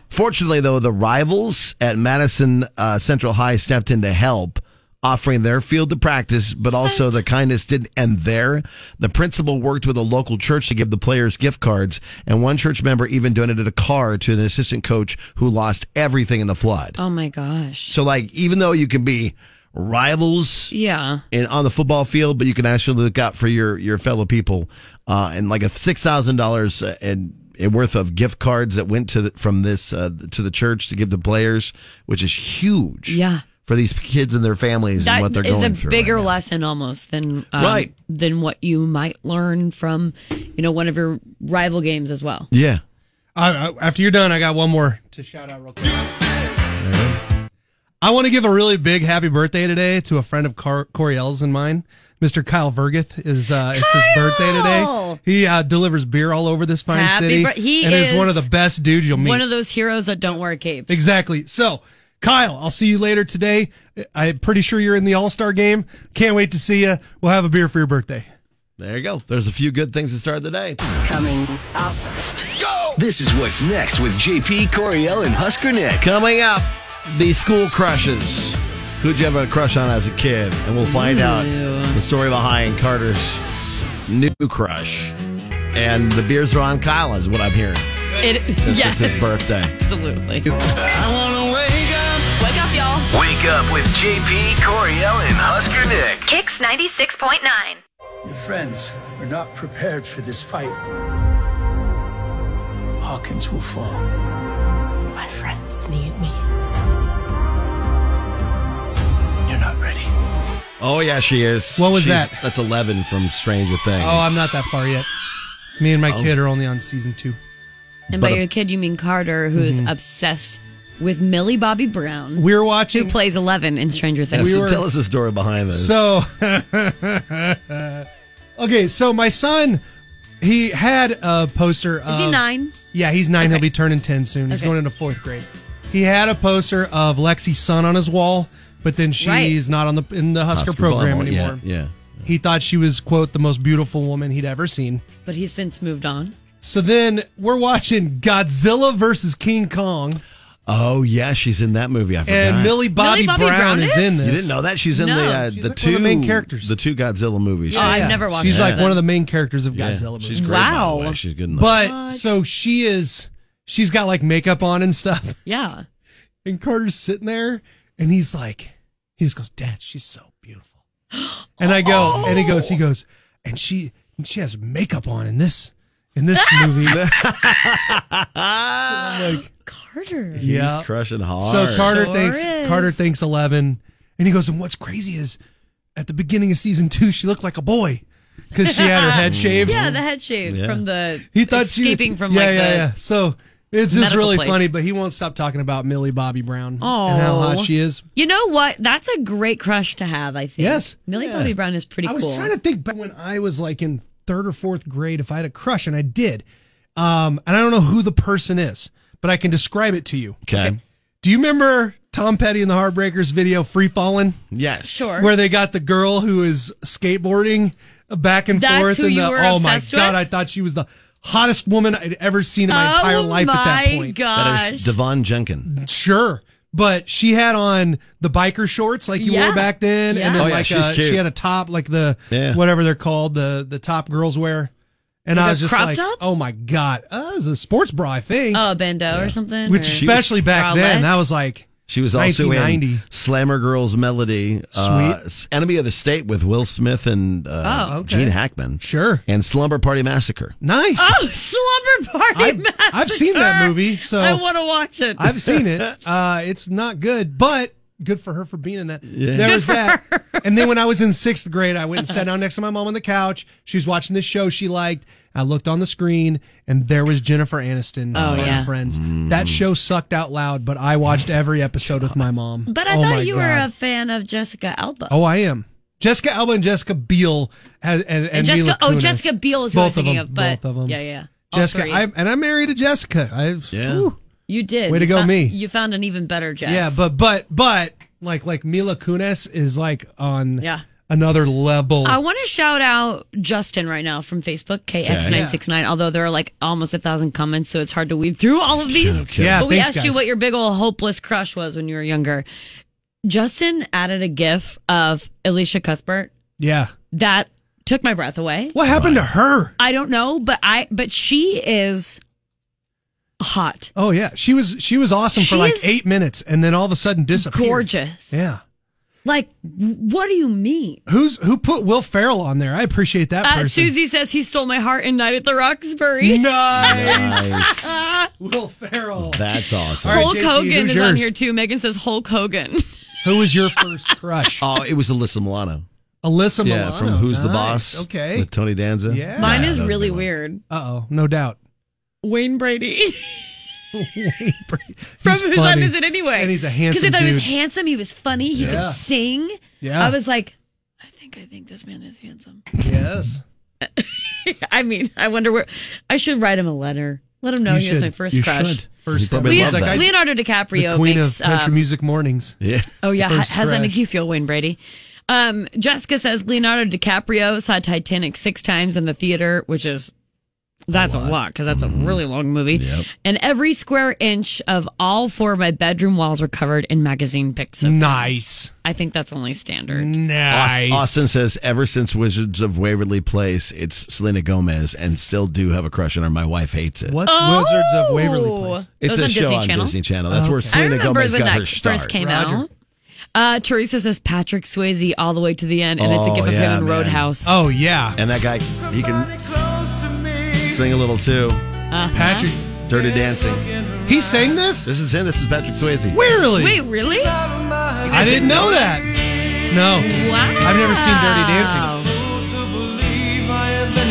Speaker 6: Fortunately, though, the rivals at Madison uh, Central High stepped in to help, offering their field to practice, but also the kindness didn't end there. The principal worked with a local church to give the players gift cards, and one church member even donated a car to an assistant coach who lost everything in the flood.
Speaker 8: Oh my gosh.
Speaker 6: So, like, even though you can be rivals
Speaker 8: Yeah.
Speaker 6: in on the football field, but you can actually look out for your your fellow people. Uh, and like a six thousand dollars uh, and and worth of gift cards that went to the, from this uh, to the church to give to players, which is huge.
Speaker 8: Yeah.
Speaker 6: for these kids and their families and what
Speaker 8: That
Speaker 6: they're
Speaker 8: is a
Speaker 6: going through.
Speaker 8: bigger
Speaker 6: right now.
Speaker 8: lesson almost than um,
Speaker 6: Right.
Speaker 8: than what you might learn from, you know, one of your rival games as well.
Speaker 6: Yeah.
Speaker 7: I, I, after you're done, I got one more to shout out real quick. I want to give a really big happy birthday today to a friend of Car- Coriel's and mine. Mr. Kyle Vergeth is uh, it's his birthday
Speaker 8: Kyle!
Speaker 7: today. He uh, delivers beer all over this fine
Speaker 8: Happy
Speaker 7: city,
Speaker 8: bir- he
Speaker 7: and
Speaker 8: is
Speaker 7: one of the best dudes you'll meet.
Speaker 8: One of those heroes that don't wear capes.
Speaker 7: exactly. So, Kyle, I'll see you later today. I'm pretty sure you're in the All Star game. Can't wait to see you. We'll have a beer for your birthday.
Speaker 6: There you go. There's a few good things to start the day.
Speaker 5: This is what's next with JP Coriel and Husker Nick.
Speaker 6: Coming up, the school crushes. Who'd you have a crush on as a kid? And we'll find out the story behind Carter's New Crush. And the beers are on Kyle, is what I'm hearing.
Speaker 8: It,
Speaker 6: Since
Speaker 8: yes.
Speaker 6: it's his birthday.
Speaker 8: Absolutely.
Speaker 9: Wake up, y'all.
Speaker 5: Wake up with JP, Coriel, and Husker Nick.
Speaker 9: Kicks 96.9.
Speaker 12: Your friends are not prepared for this fight. Hawkins will fall. My friends need me. You're not ready.
Speaker 6: Oh, yeah, she is.
Speaker 7: What was
Speaker 6: She's-
Speaker 7: that?
Speaker 6: That's 11 from Stranger Things.
Speaker 7: Oh, I'm not that far yet. Me and my
Speaker 6: Oh.
Speaker 7: kid are only on season two.
Speaker 8: And by
Speaker 7: But uh, a-
Speaker 8: your kid, you mean Carter, who is
Speaker 7: Mhm.
Speaker 8: obsessed with Millie Bobby Brown.
Speaker 7: We're watching.
Speaker 8: Who plays Eleven in Stranger
Speaker 6: Yeah,
Speaker 8: Things?
Speaker 6: so tell us the story behind this.
Speaker 7: So, okay, so my son, he had a poster of.
Speaker 8: Is he nine?
Speaker 7: Yeah, he's nine. He'll be turning 10 soon. He's
Speaker 8: Okay.
Speaker 7: going into fourth grade. He had a poster of Lexi's son on his wall, but then she's
Speaker 8: Right.
Speaker 7: not on the in the Husker,
Speaker 6: Oscar
Speaker 7: program
Speaker 6: Bumble, yeah,
Speaker 7: anymore.
Speaker 6: yeah.
Speaker 7: He thought she was, quote, the most beautiful woman he'd ever seen.
Speaker 8: But he's since moved on.
Speaker 7: So then we're watching Godzilla versus King Kong,
Speaker 6: Oh yeah, she's in that movie. I forgot.
Speaker 7: and Millie Bobby,
Speaker 8: Millie Bobby
Speaker 7: Brown,
Speaker 8: Brown
Speaker 7: is?
Speaker 8: is?
Speaker 7: in this.
Speaker 6: You didn't know that she's in
Speaker 8: No,
Speaker 6: the uh,
Speaker 7: she's
Speaker 6: the
Speaker 7: like
Speaker 6: two
Speaker 7: one of the main characters.
Speaker 6: the two Godzilla movies.
Speaker 8: Oh, I've
Speaker 6: She's-
Speaker 8: never watched
Speaker 7: She's
Speaker 8: that.
Speaker 7: like one of the main characters of
Speaker 6: yeah,
Speaker 7: Godzilla movies.
Speaker 6: She's great. Wow,
Speaker 8: Wow.
Speaker 6: she's good. In those.
Speaker 7: But
Speaker 8: What?
Speaker 7: so she is, she's got like makeup on and stuff.
Speaker 8: Yeah.
Speaker 7: And Carter's sitting there and he's like, he just goes, Dad, she's so beautiful. And I go, and he
Speaker 8: Oh.
Speaker 7: goes, he goes, and she, and she has makeup on in this, in this movie. I'm like,
Speaker 8: Carter.
Speaker 7: yeah.
Speaker 6: he's crushing hard.
Speaker 7: So Carter
Speaker 8: Sure
Speaker 7: thinks
Speaker 8: is.
Speaker 7: Carter thinks eleven, and he goes. And what's crazy is, at the beginning of season two, she looked like a boy because she had her head shaved.
Speaker 8: Yeah, the head shave
Speaker 6: Yeah.
Speaker 8: from the
Speaker 7: he thought she
Speaker 8: escaping from
Speaker 7: yeah,
Speaker 8: like
Speaker 7: yeah,
Speaker 8: the
Speaker 7: yeah. So it's just
Speaker 8: medical
Speaker 7: really
Speaker 8: place.
Speaker 7: funny, but he won't stop talking about Millie Bobby Brown
Speaker 8: Oh,
Speaker 7: and how hot she is.
Speaker 8: You know what? That's a great crush to have. I think.
Speaker 7: Yes.
Speaker 8: Millie
Speaker 7: Yeah.
Speaker 8: Bobby Brown is pretty
Speaker 7: I was
Speaker 8: cool.
Speaker 7: trying to think back when I was like in third or fourth grade if I had a crush, and I did. Um, and I don't know who the person is, but I can describe it to you.
Speaker 6: okay.
Speaker 7: Do you remember Tom Petty and the Heartbreakers video "Free Fallin'"?
Speaker 6: Yes.
Speaker 8: sure.
Speaker 7: where they got the girl who is skateboarding back and
Speaker 8: That's
Speaker 7: forth.
Speaker 8: who
Speaker 7: and
Speaker 8: you
Speaker 7: the,
Speaker 8: were
Speaker 7: oh my
Speaker 8: obsessed
Speaker 7: god,
Speaker 8: with?
Speaker 7: I thought she was the hottest woman I'd ever seen in my
Speaker 8: oh
Speaker 7: entire life at that
Speaker 8: my
Speaker 7: point.
Speaker 6: That
Speaker 8: gosh.
Speaker 6: is Devon Jenkins.
Speaker 7: Sure. But she had on the biker shorts like you
Speaker 8: Yeah.
Speaker 7: wore back then,
Speaker 8: Yeah.
Speaker 7: and then
Speaker 6: Oh, yeah,
Speaker 7: like
Speaker 6: she's
Speaker 7: uh,
Speaker 6: cute.
Speaker 7: she had a top like the
Speaker 6: Yeah.
Speaker 7: whatever they're called the the top girls wear, and
Speaker 8: Like
Speaker 7: I
Speaker 8: a
Speaker 7: was just
Speaker 8: crop
Speaker 7: like,
Speaker 8: top?
Speaker 7: oh my god, uh, it was a sports bra I think,
Speaker 8: oh, a bandeau or something.
Speaker 7: which
Speaker 8: or-
Speaker 6: she-
Speaker 7: especially back then
Speaker 8: bralette?
Speaker 7: that was like
Speaker 6: She was also
Speaker 7: 1990.
Speaker 6: in Slammer Girls Melody, uh, S- Enemy of the State with Will Smith and uh,
Speaker 8: Oh,
Speaker 7: okay.
Speaker 6: Gene Hackman,
Speaker 7: sure
Speaker 6: and Slumber Party Massacre.
Speaker 7: nice.
Speaker 8: oh, slumber party.
Speaker 7: I've-
Speaker 8: Massacre.
Speaker 7: I've seen that movie, so-
Speaker 8: I want to watch it.
Speaker 7: I've seen it. Uh, it's not good, but good for her for being in that. There was that. And then when I was in sixth grade, I went and sat down next to my mom on the couch. She was watching this show she liked. I looked on the screen, and there was Jennifer Aniston
Speaker 8: Oh,
Speaker 7: on
Speaker 8: yeah.
Speaker 7: Friends. That show sucked out loud, but I watched every episode with my mom.
Speaker 8: But I
Speaker 7: Oh my
Speaker 8: thought you were
Speaker 7: God.
Speaker 8: a fan of Jessica Alba.
Speaker 7: Oh, I am. Jessica Alba and Jessica Biel has, and, and,
Speaker 8: and
Speaker 7: Mila
Speaker 8: Jessica. Oh,
Speaker 7: Kunis.
Speaker 8: Jessica Biel is who I was
Speaker 7: Both
Speaker 8: thinking
Speaker 7: of
Speaker 8: of.
Speaker 7: them,
Speaker 8: But
Speaker 7: both of them.
Speaker 8: yeah, yeah. All
Speaker 7: Jessica,
Speaker 8: three.
Speaker 7: I, and I'm married to Jessica. I've
Speaker 6: Yeah.
Speaker 7: whew.
Speaker 8: you did.
Speaker 7: Way to
Speaker 8: You
Speaker 7: go,
Speaker 8: found-
Speaker 7: me.
Speaker 8: You found an even better Jess.
Speaker 7: Yeah, but but but like like Mila Kunis is like on
Speaker 8: Yeah.
Speaker 7: another level.
Speaker 8: I want to shout out Justin right now from Facebook, KX969, although there are like almost a thousand comments, so it's hard to weed through all of these.
Speaker 6: Okay.
Speaker 7: Yeah,
Speaker 8: but we
Speaker 7: thanks,
Speaker 8: asked you
Speaker 7: guys.
Speaker 8: what your big old hopeless crush was when you were younger. Justin added a gif of Alicia Cuthbert
Speaker 7: yeah.
Speaker 8: that took my breath away.
Speaker 7: What happened to her?
Speaker 8: I don't know, but I but she is hot.
Speaker 7: Oh yeah, she was she was awesome
Speaker 8: She
Speaker 7: for like
Speaker 8: is
Speaker 7: eight minutes, and then all of a sudden disappeared.
Speaker 8: Gorgeous.
Speaker 7: Yeah.
Speaker 8: Like what do you mean?
Speaker 7: Who's who put Will Ferrell on there? I appreciate that
Speaker 8: Uh,
Speaker 7: person.
Speaker 8: Susie says he stole my heart in Night at the Roxbury.
Speaker 7: Nice.
Speaker 6: Nice.
Speaker 7: Will Ferrell.
Speaker 6: That's awesome.
Speaker 7: All right,
Speaker 8: Hulk
Speaker 7: JP,
Speaker 8: Hogan
Speaker 7: who's
Speaker 8: is on
Speaker 7: yours?
Speaker 8: here too. Megan says Hulk Hogan.
Speaker 7: Who was your first crush?
Speaker 6: Oh, it was Alyssa Milano.
Speaker 7: Alyssa
Speaker 6: yeah,
Speaker 7: Milano.
Speaker 6: from Who's the
Speaker 7: Nice.
Speaker 6: Boss?
Speaker 7: Okay.
Speaker 6: with Tony Danza.
Speaker 7: Yeah.
Speaker 8: Mine is
Speaker 6: that was a
Speaker 8: really
Speaker 6: good one.
Speaker 8: weird.
Speaker 7: Uh oh, no doubt.
Speaker 8: Wayne Brady.
Speaker 7: Wayne Brady.
Speaker 8: From
Speaker 7: He's
Speaker 8: whose
Speaker 7: funny.
Speaker 8: son is it anyway?
Speaker 7: And he's a handsome
Speaker 8: Because I thought he was
Speaker 7: dude.
Speaker 8: handsome, he was funny, he
Speaker 7: Yeah.
Speaker 8: could sing.
Speaker 7: Yeah.
Speaker 8: I was like, I think I think this man is handsome.
Speaker 7: yes.
Speaker 8: I mean, I wonder where I should write him a letter. Let him know
Speaker 7: You
Speaker 8: he was my
Speaker 7: should.
Speaker 8: first
Speaker 6: You
Speaker 8: crush.
Speaker 6: should.
Speaker 7: First
Speaker 6: probably
Speaker 7: ever.
Speaker 8: Leo-
Speaker 6: love that.
Speaker 7: I-
Speaker 8: Leonardo
Speaker 7: the
Speaker 8: DiCaprio
Speaker 7: queen
Speaker 8: makes
Speaker 7: of country
Speaker 8: um,
Speaker 7: music mornings.
Speaker 6: Yeah.
Speaker 8: Oh yeah,
Speaker 7: First
Speaker 8: how, how's that
Speaker 7: crush.
Speaker 8: make you feel, Wayne Brady? Um, Jessica says Leonardo DiCaprio saw Titanic six times in the theater, which is That's a lot because that's a really long movie. And every square inch of all four of my bedroom walls were covered in magazine pics. Of
Speaker 7: nice.
Speaker 8: I think that's only standard.
Speaker 6: Aust- Austin says, ever since Wizards of Waverly Place, it's Selena Gomez, and still do have a crush on her. My wife hates it.
Speaker 7: What's Wizards of
Speaker 8: Oh.
Speaker 7: Waverly Place?
Speaker 6: It's a show on Disney Channel. That's where
Speaker 8: I
Speaker 6: Selena
Speaker 8: remember
Speaker 6: Gomez
Speaker 8: when
Speaker 6: got
Speaker 8: that
Speaker 6: her start.
Speaker 8: first came out. Uh, Teresa says Patrick Swayze all the way to the end, and it's a
Speaker 6: Oh,
Speaker 8: gif of
Speaker 6: yeah,
Speaker 8: him in
Speaker 6: man.
Speaker 8: Roadhouse.
Speaker 7: Oh yeah,
Speaker 6: and that guy he can sing a little too.
Speaker 7: Patrick,
Speaker 6: Dirty Dancing.
Speaker 7: He sang this.
Speaker 6: This is him. This is Patrick Swayze.
Speaker 7: Really?
Speaker 8: Wait, really?
Speaker 7: I didn't know that. No.
Speaker 8: Wow.
Speaker 7: I've never seen Dirty Dancing.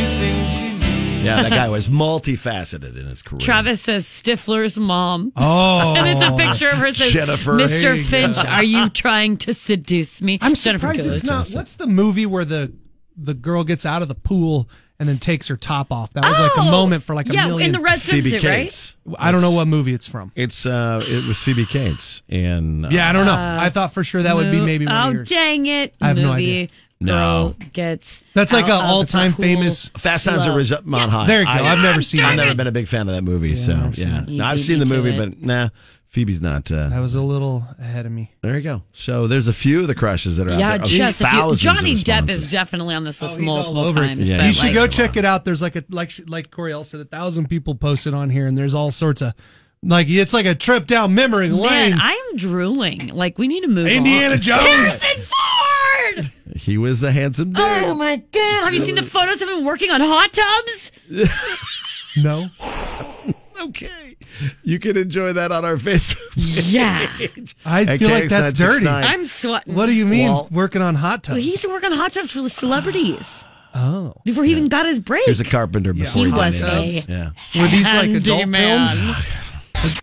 Speaker 6: Yeah, that guy was multifaceted in his career.
Speaker 8: Travis says Stifler's mom.
Speaker 7: Oh.
Speaker 8: And it's a picture of her says,
Speaker 6: Jennifer. There
Speaker 8: Mr.
Speaker 6: you
Speaker 8: Finch,
Speaker 6: go.
Speaker 8: are you trying to seduce me?
Speaker 7: I'm
Speaker 8: Jennifer
Speaker 7: surprised it's
Speaker 8: Coolidge.
Speaker 7: not. What's the movie where the the girl gets out of the pool and then takes her top off? That was like
Speaker 8: Oh!
Speaker 7: a moment for like a
Speaker 8: Yeah,
Speaker 7: million.
Speaker 8: in the red
Speaker 6: Phoebe
Speaker 8: swimsuit, right?
Speaker 6: Cates.
Speaker 7: I don't know what movie it's from.
Speaker 6: It's uh, it was Phoebe Cates and uh,
Speaker 7: Yeah, I don't know. I thought for sure that would be
Speaker 8: Mo-
Speaker 7: maybe one
Speaker 8: Oh,
Speaker 7: of yours.
Speaker 8: dang it.
Speaker 7: I have
Speaker 8: movie
Speaker 7: no idea.
Speaker 6: No.
Speaker 8: girl Gets
Speaker 7: That's like
Speaker 8: out
Speaker 7: an
Speaker 8: of the
Speaker 7: all-time
Speaker 8: pool
Speaker 7: famous-
Speaker 6: Fast Times at
Speaker 8: slow.
Speaker 6: Res- Mount High.
Speaker 7: There you go. I've never seen
Speaker 6: I've
Speaker 7: it.
Speaker 6: never been a big fan of that movie. so yeah,
Speaker 8: it. You
Speaker 6: no, I've
Speaker 8: beat
Speaker 6: seen
Speaker 8: me
Speaker 6: the
Speaker 8: to
Speaker 6: movie,
Speaker 8: it.
Speaker 6: but nah, Phoebe's not. Uh,
Speaker 7: That was a little ahead of me.
Speaker 6: There you go. So there's a few of the crushes that are
Speaker 8: Yeah,
Speaker 6: out there.
Speaker 8: just a few.
Speaker 6: Thousands of
Speaker 8: Johnny Depp
Speaker 6: responses.
Speaker 8: is definitely on this list
Speaker 7: Oh, he's all
Speaker 8: multiple
Speaker 7: over it.
Speaker 8: times.
Speaker 6: Yeah,
Speaker 8: but
Speaker 7: You
Speaker 6: like
Speaker 7: should go
Speaker 6: it a
Speaker 7: check
Speaker 6: lot.
Speaker 7: it out. There's like a like she- like Coriel said, a thousand people posted on here, and there's all sorts of like it's like a trip down memory lane.
Speaker 8: Man, I am drooling. Like, we need to move
Speaker 7: Indiana
Speaker 8: on.
Speaker 7: Jones.
Speaker 8: Harrison Ford!
Speaker 6: He was a handsome dude.
Speaker 8: Oh, my God. Have you seen the photos of him working on hot tubs?
Speaker 7: no,
Speaker 6: Okay, you can enjoy that on our Facebook.
Speaker 8: Yeah.
Speaker 7: I feel like that's dirty.
Speaker 8: I'm sweating.
Speaker 7: What do you mean
Speaker 6: Well-
Speaker 7: working on hot tubs?
Speaker 8: Well, he used to work on hot tubs for the celebrities
Speaker 7: oh,
Speaker 8: before he even got his break.
Speaker 6: Here's a carpenter before
Speaker 8: He
Speaker 6: he, did
Speaker 8: was
Speaker 6: it.
Speaker 8: a-
Speaker 6: yeah.
Speaker 7: were these like adult
Speaker 8: Handyman.
Speaker 7: films?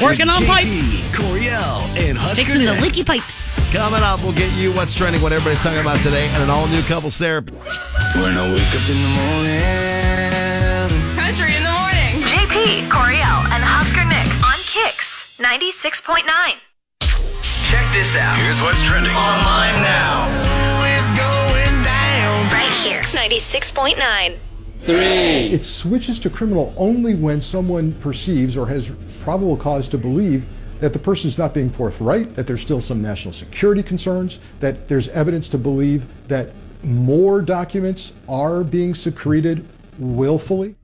Speaker 8: Working on pipes.
Speaker 5: JP, Coriel, and Husker
Speaker 8: Fixing the
Speaker 5: Nick.
Speaker 8: leaky pipes.
Speaker 6: Coming up, we'll get you what's trending, what everybody's talking about today, and an all new couple therapy.
Speaker 5: When I wake up in the morning.
Speaker 9: Country in the morning. JP, Coriel, and Husker Nick on Kicks 96.9.
Speaker 5: Check this out. Here's what's trending online now. It's going down.
Speaker 9: Right here. 96.9.
Speaker 13: It switches to criminal only when someone perceives or has probable cause to believe that the person is not being forthright, that there's still some national security concerns, that there's evidence to believe that more documents are being secreted willfully.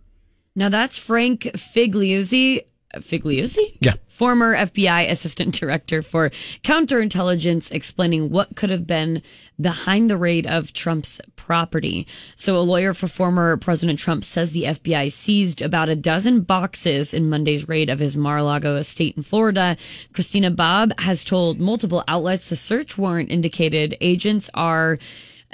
Speaker 8: Now that's Frank Figliuzzi. Figliuzzi?
Speaker 6: Yeah.
Speaker 8: Former FBI Assistant Director for Counterintelligence explaining what could have been behind the raid of Trump's property. So, a lawyer for former President Trump says the FBI seized about a dozen boxes in Monday's raid of his Mar a Lago estate in Florida. Christina Bob has told multiple outlets the search warrant indicated agents are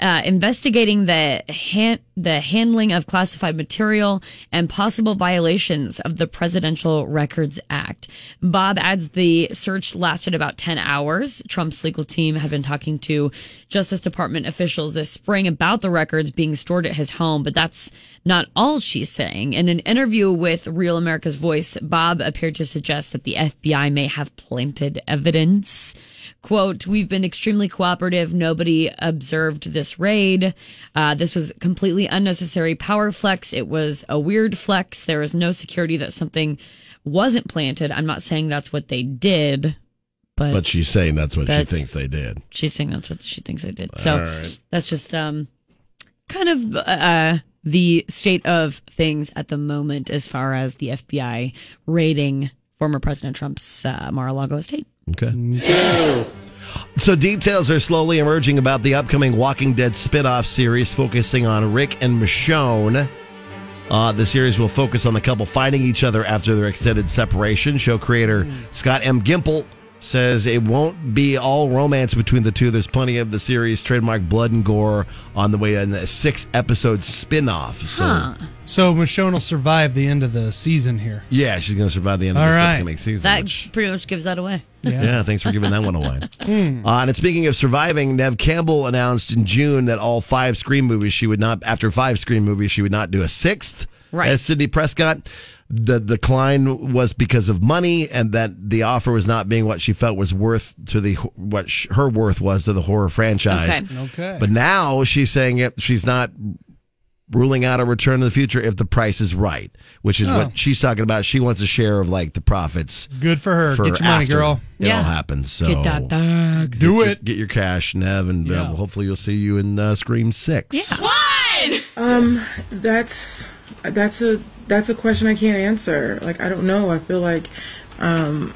Speaker 8: uh, investigating the han- the handling of classified material and possible violations of the Presidential Records Act. Bob adds the search lasted about 10 hours. Trump's legal team had been talking to Justice Department officials this spring about the records being stored at his home, but that's not all she's saying. In an interview with Real America's Voice, Bob appeared to suggest that the FBI may have planted evidence quote we've been extremely cooperative nobody observed this raid uh, this was completely unnecessary power flex it was a weird flex there was no security that something wasn't planted i'm not saying that's what they did but,
Speaker 6: But she's saying that's what she
Speaker 8: That-
Speaker 6: thinks they did.
Speaker 8: she's saying that's what she thinks i did so that's just um kind of uh the state of things at the moment as far as the fbi raiding former president trump's uh, mar-a-lago estate
Speaker 6: Okay.
Speaker 7: Mm.
Speaker 6: So details are slowly emerging about the upcoming Walking Dead spin-off series focusing on Rick and Michonne. Uh, the series will focus on the couple finding each other after their extended separation. Show creator
Speaker 7: Mm.
Speaker 6: Scott M. Gimple says it won't be all romance between the two. There's plenty of the series trademark blood and gore on the way in the six episode spin-off. So
Speaker 7: So Michonne will survive the end of the season here.
Speaker 6: yeah, she's going to survive the end of
Speaker 7: All
Speaker 6: this
Speaker 7: right.
Speaker 6: upcoming season.
Speaker 8: that
Speaker 6: which-
Speaker 8: pretty much gives that away
Speaker 7: Yeah.
Speaker 6: Yeah, thanks for giving that one away. Uh, and speaking of surviving, Nev Campbell announced in June that all five Scream movies she would not, after five Scream movies, she would not do a sixth.
Speaker 8: Right.
Speaker 6: As Sidney Prescott, the decline was because of money, and that the offer was not being what she felt was worth to the what sh- her worth was to the horror franchise.
Speaker 8: Okay.
Speaker 7: Okay.
Speaker 6: But now she's saying it, she's not ruling out a return in the future if the price is right, which is
Speaker 7: Oh.
Speaker 6: what she's talking about. She wants a share of like the profits.
Speaker 7: Good for her.
Speaker 6: for
Speaker 7: Get your money,
Speaker 6: after
Speaker 7: girl.
Speaker 6: It
Speaker 7: Yeah.
Speaker 6: all happens. So
Speaker 7: Get that
Speaker 6: bag. Do it. Get your cash, Nev, and uh,
Speaker 7: Yeah.
Speaker 6: hopefully you'll see you in uh, Scream Six.
Speaker 14: One. Um, that's that's a that's a question I can't answer. Like I don't know. I feel like, um,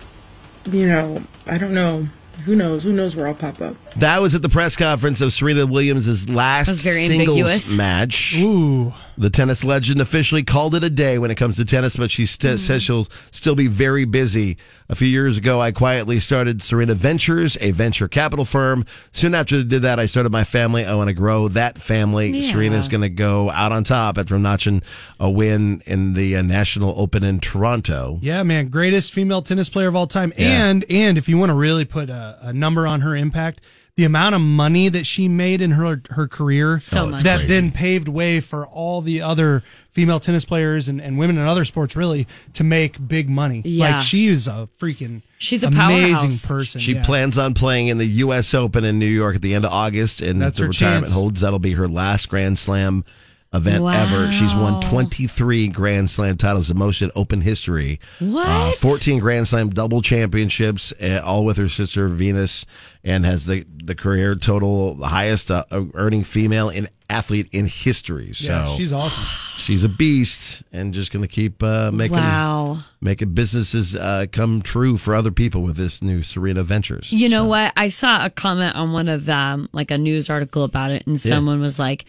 Speaker 14: you know, I don't know. Who knows? Who knows where I'll pop up?
Speaker 6: That was at the press conference of Serena Williams' last
Speaker 14: was very
Speaker 6: singles
Speaker 14: ambiguous.
Speaker 6: match. Ooh. The tennis legend officially called it a day when it comes to tennis, but she st- says
Speaker 14: Hmm.
Speaker 6: she'll still be very busy. A few years ago, I quietly started Serena Ventures, a venture capital firm. Soon after I did that, I started my family. I want to grow that family.
Speaker 15: Yeah.
Speaker 6: Serena's going to go out on top after notching a win in the uh, National Open in Toronto.
Speaker 7: Yeah, man, greatest female tennis player of all time. And and if you want to really put a, a number on her impact, the amount of money that she made in her her career
Speaker 6: So much.
Speaker 7: that
Speaker 6: Crazy.
Speaker 7: then paved way for all the other female tennis players and, and women in other sports really to make big money.
Speaker 8: Yeah.
Speaker 7: Like she is a freaking
Speaker 8: She's a
Speaker 7: amazing
Speaker 8: powerhouse.
Speaker 7: person.
Speaker 6: She
Speaker 7: yeah.
Speaker 6: plans on playing in the U.S. Open in New York at the end of August, and
Speaker 7: That's
Speaker 6: the
Speaker 7: her
Speaker 6: retirement
Speaker 7: chance.
Speaker 6: holds. That'll be her last Grand Slam event ever. She's won 23 Grand Slam titles in most in open history.
Speaker 8: What?
Speaker 6: 14 Grand Slam double championships, uh, all with her sister Venus, and has the, the career total, the highest uh, earning female in athlete in history. So
Speaker 7: Yeah, she's awesome.
Speaker 6: She's a beast, and just going to keep uh, making
Speaker 8: Wow.
Speaker 6: making businesses uh, come true for other people with this new Serena Ventures.
Speaker 8: You know what? I saw a comment on one of them, like a news article about it, and
Speaker 6: Yeah.
Speaker 8: someone was like,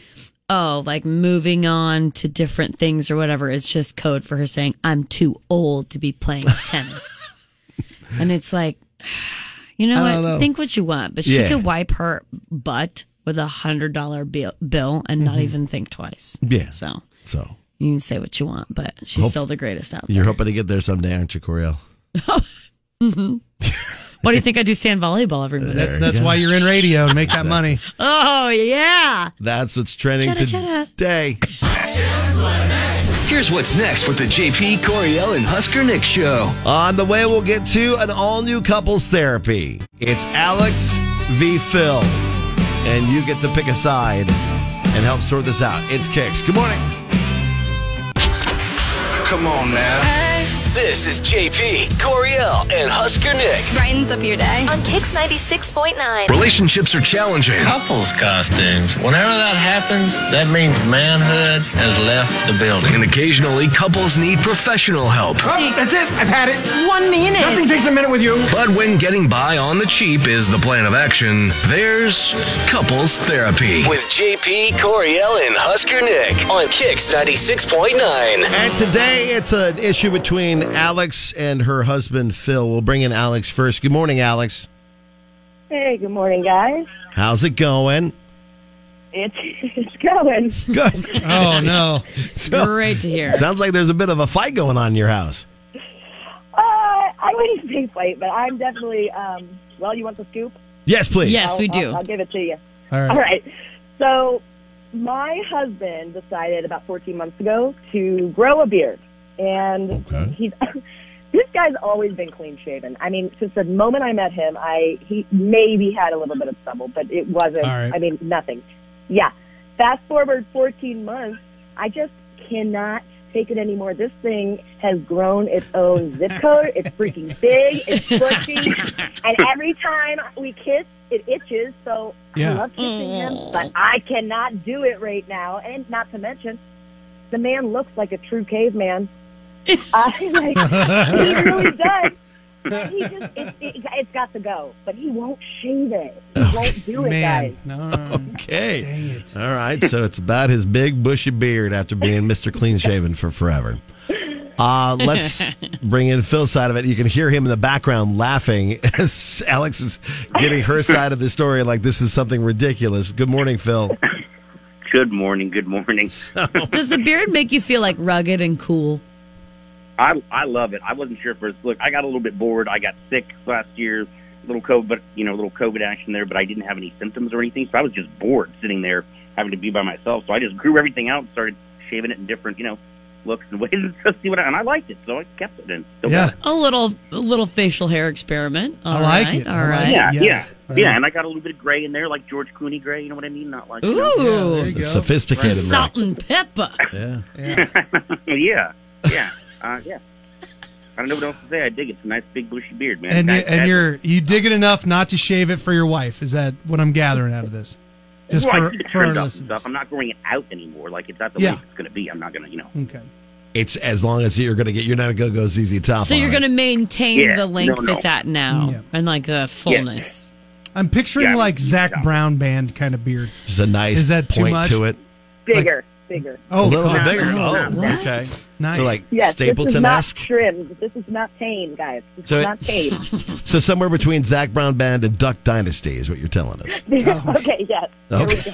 Speaker 8: "Oh, like moving on to different things or whatever is just code for her saying I'm too old to be playing tennis." and it's like, you know
Speaker 6: I
Speaker 8: what?
Speaker 6: don't know.
Speaker 8: Think what you want, but
Speaker 6: Yeah.
Speaker 8: she could wipe her butt with a hundred dollar bill, bill and not
Speaker 6: Mhm.
Speaker 8: even think twice.
Speaker 6: Yeah.
Speaker 8: So
Speaker 6: So
Speaker 8: you can say what you want, but she's
Speaker 6: Hope-
Speaker 8: still the greatest out there.
Speaker 6: you're hoping to get there someday, aren't you, Coriel?
Speaker 8: Mhm. what do you think I do? Sand volleyball every minute.
Speaker 7: That's that's why you're in radio to make that money.
Speaker 8: Oh yeah.
Speaker 6: That's what's trending
Speaker 8: Chetta, chetta.
Speaker 6: today.
Speaker 5: Here's what's next with the JP Coriel and Husker Nick show.
Speaker 6: On the way, we'll get to an all new couples therapy. It's Alex v. Phil, and you get to pick a side and help sort this out. It's Kicks. Good morning.
Speaker 5: Come on now. This is JP Coriel and Husker Nick.
Speaker 9: Brightens up your day on Kicks 96.9.
Speaker 5: Relationships are challenging.
Speaker 16: Couples costumes. Whenever that happens, that means manhood has left the building.
Speaker 5: And occasionally, couples need professional help.
Speaker 16: Oh, that's it. I've had it. One minute. Nothing takes a minute with you.
Speaker 5: But when getting by on the cheap is the plan of action, there's couples therapy. With JP Coriel and Husker Nick on Kicks 96.9.
Speaker 6: And today, it's an issue between Alex and her husband, Phil. We'll bring in Alex first. Good morning, Alex.
Speaker 17: Hey, good morning, guys.
Speaker 6: How's it going?
Speaker 17: It's, it's going.
Speaker 6: Good.
Speaker 7: Oh, no.
Speaker 17: Great to hear.
Speaker 6: Sounds like there's a bit of a fight going on in your house.
Speaker 17: Uh, I wouldn't say fight, but I'm definitely. Um, well, you want the scoop?
Speaker 6: Yes, please.
Speaker 17: I'll- I'll, I'll give it to you.
Speaker 6: All right.
Speaker 17: All right. So, my husband decided about 14 months ago to grow a beard, and he's this guy's always been clean shaven. I mean, since the moment I met him, I he maybe had a little bit of stubble, but it wasn't.
Speaker 18: All right.
Speaker 17: I mean, nothing. Yeah. Fast forward 14 months, I just cannot take it anymore. This thing has grown its own zip code. It's freaking big. It's bushy, and every time we kiss, it itches. So I
Speaker 18: Yeah.
Speaker 17: love kissing him, but I cannot do it right now. And not to mention, the man looks like a true caveman. I like, he really does. He just, it, it, it's got to go, but he won't shave it. He
Speaker 18: Oh,
Speaker 17: won't do it, guys.
Speaker 6: Okay. All right. So it's about his big bushy beard after being Mr. Clean Shaven for forever. Uh, let's bring in Phil's side of it. You can hear him in the background laughing as Alex is getting her side of the story like this is something ridiculous. Good morning, Phil.
Speaker 19: Good morning. Good morning.
Speaker 8: Does the beard make you feel like rugged and cool?
Speaker 19: I I love it. I wasn't sure if it was look. I got a little bit bored. I got sick last year, little COVID, but you know, little COVID action there. But I didn't have any symptoms or anything, so I was just bored sitting there having to be by myself. So I just grew everything out and started shaving it in different, you know, looks and waited to see what, I, and I liked it, so I kept it. And still
Speaker 7: Yeah.
Speaker 19: got it.
Speaker 8: A little a little facial hair experiment. All
Speaker 7: I like
Speaker 8: right,
Speaker 7: it.
Speaker 8: All
Speaker 7: I like
Speaker 8: right.
Speaker 19: yeah, yeah, yeah,
Speaker 7: Yeah.
Speaker 19: And I got a little bit of gray in there, like George Clooney gray. You know what I mean? Not like you know.
Speaker 8: Ooh.
Speaker 6: It's sophisticated
Speaker 8: Some
Speaker 6: look.
Speaker 8: Salt and pepper.
Speaker 6: Yeah.
Speaker 19: yeah, yeah, uh, yeah. I don't know what else to say. I dig it. It's a nice big bushy beard, man.
Speaker 7: And you,
Speaker 19: That- that-
Speaker 7: and you're you dig it enough not to shave it for your wife. Is that what I'm gathering out of this? Just
Speaker 19: Well, I
Speaker 7: for
Speaker 19: keep it
Speaker 7: for our
Speaker 19: trimmed up and
Speaker 7: listeners.
Speaker 19: stuff. I'm not growing it out anymore. Like it's not the
Speaker 7: Yeah.
Speaker 19: way it's going to be. I'm not going to, you know.
Speaker 7: Okay.
Speaker 6: It's as long as you're going to get, you're not going to go ZZ Top.
Speaker 8: So
Speaker 6: on
Speaker 8: you're
Speaker 6: it.
Speaker 8: going to maintain
Speaker 6: Yeah,
Speaker 8: the length
Speaker 6: no, no.
Speaker 8: it's at now and like the fullness.
Speaker 7: I'm picturing
Speaker 8: Yeah.
Speaker 7: like Zach Brown band kind of beard.
Speaker 6: Just a nice
Speaker 7: Is that too
Speaker 6: point
Speaker 7: much?
Speaker 6: to it.
Speaker 17: Bigger, bigger.
Speaker 6: a little bit
Speaker 7: God.
Speaker 6: bigger.
Speaker 7: Oh,
Speaker 6: Oh,
Speaker 7: what?
Speaker 6: okay.
Speaker 7: Nice.
Speaker 6: So like
Speaker 17: Yes, this is
Speaker 6: Stapleton
Speaker 17: not
Speaker 6: esque.
Speaker 17: trimmed. This is not tame, guys. This
Speaker 6: So
Speaker 17: is
Speaker 6: it-
Speaker 17: not tame.
Speaker 6: So somewhere between Zach Brown Band and Duck Dynasty is what you're telling us.
Speaker 7: Oh.
Speaker 17: okay, yes.
Speaker 6: Okay.
Speaker 17: There we go.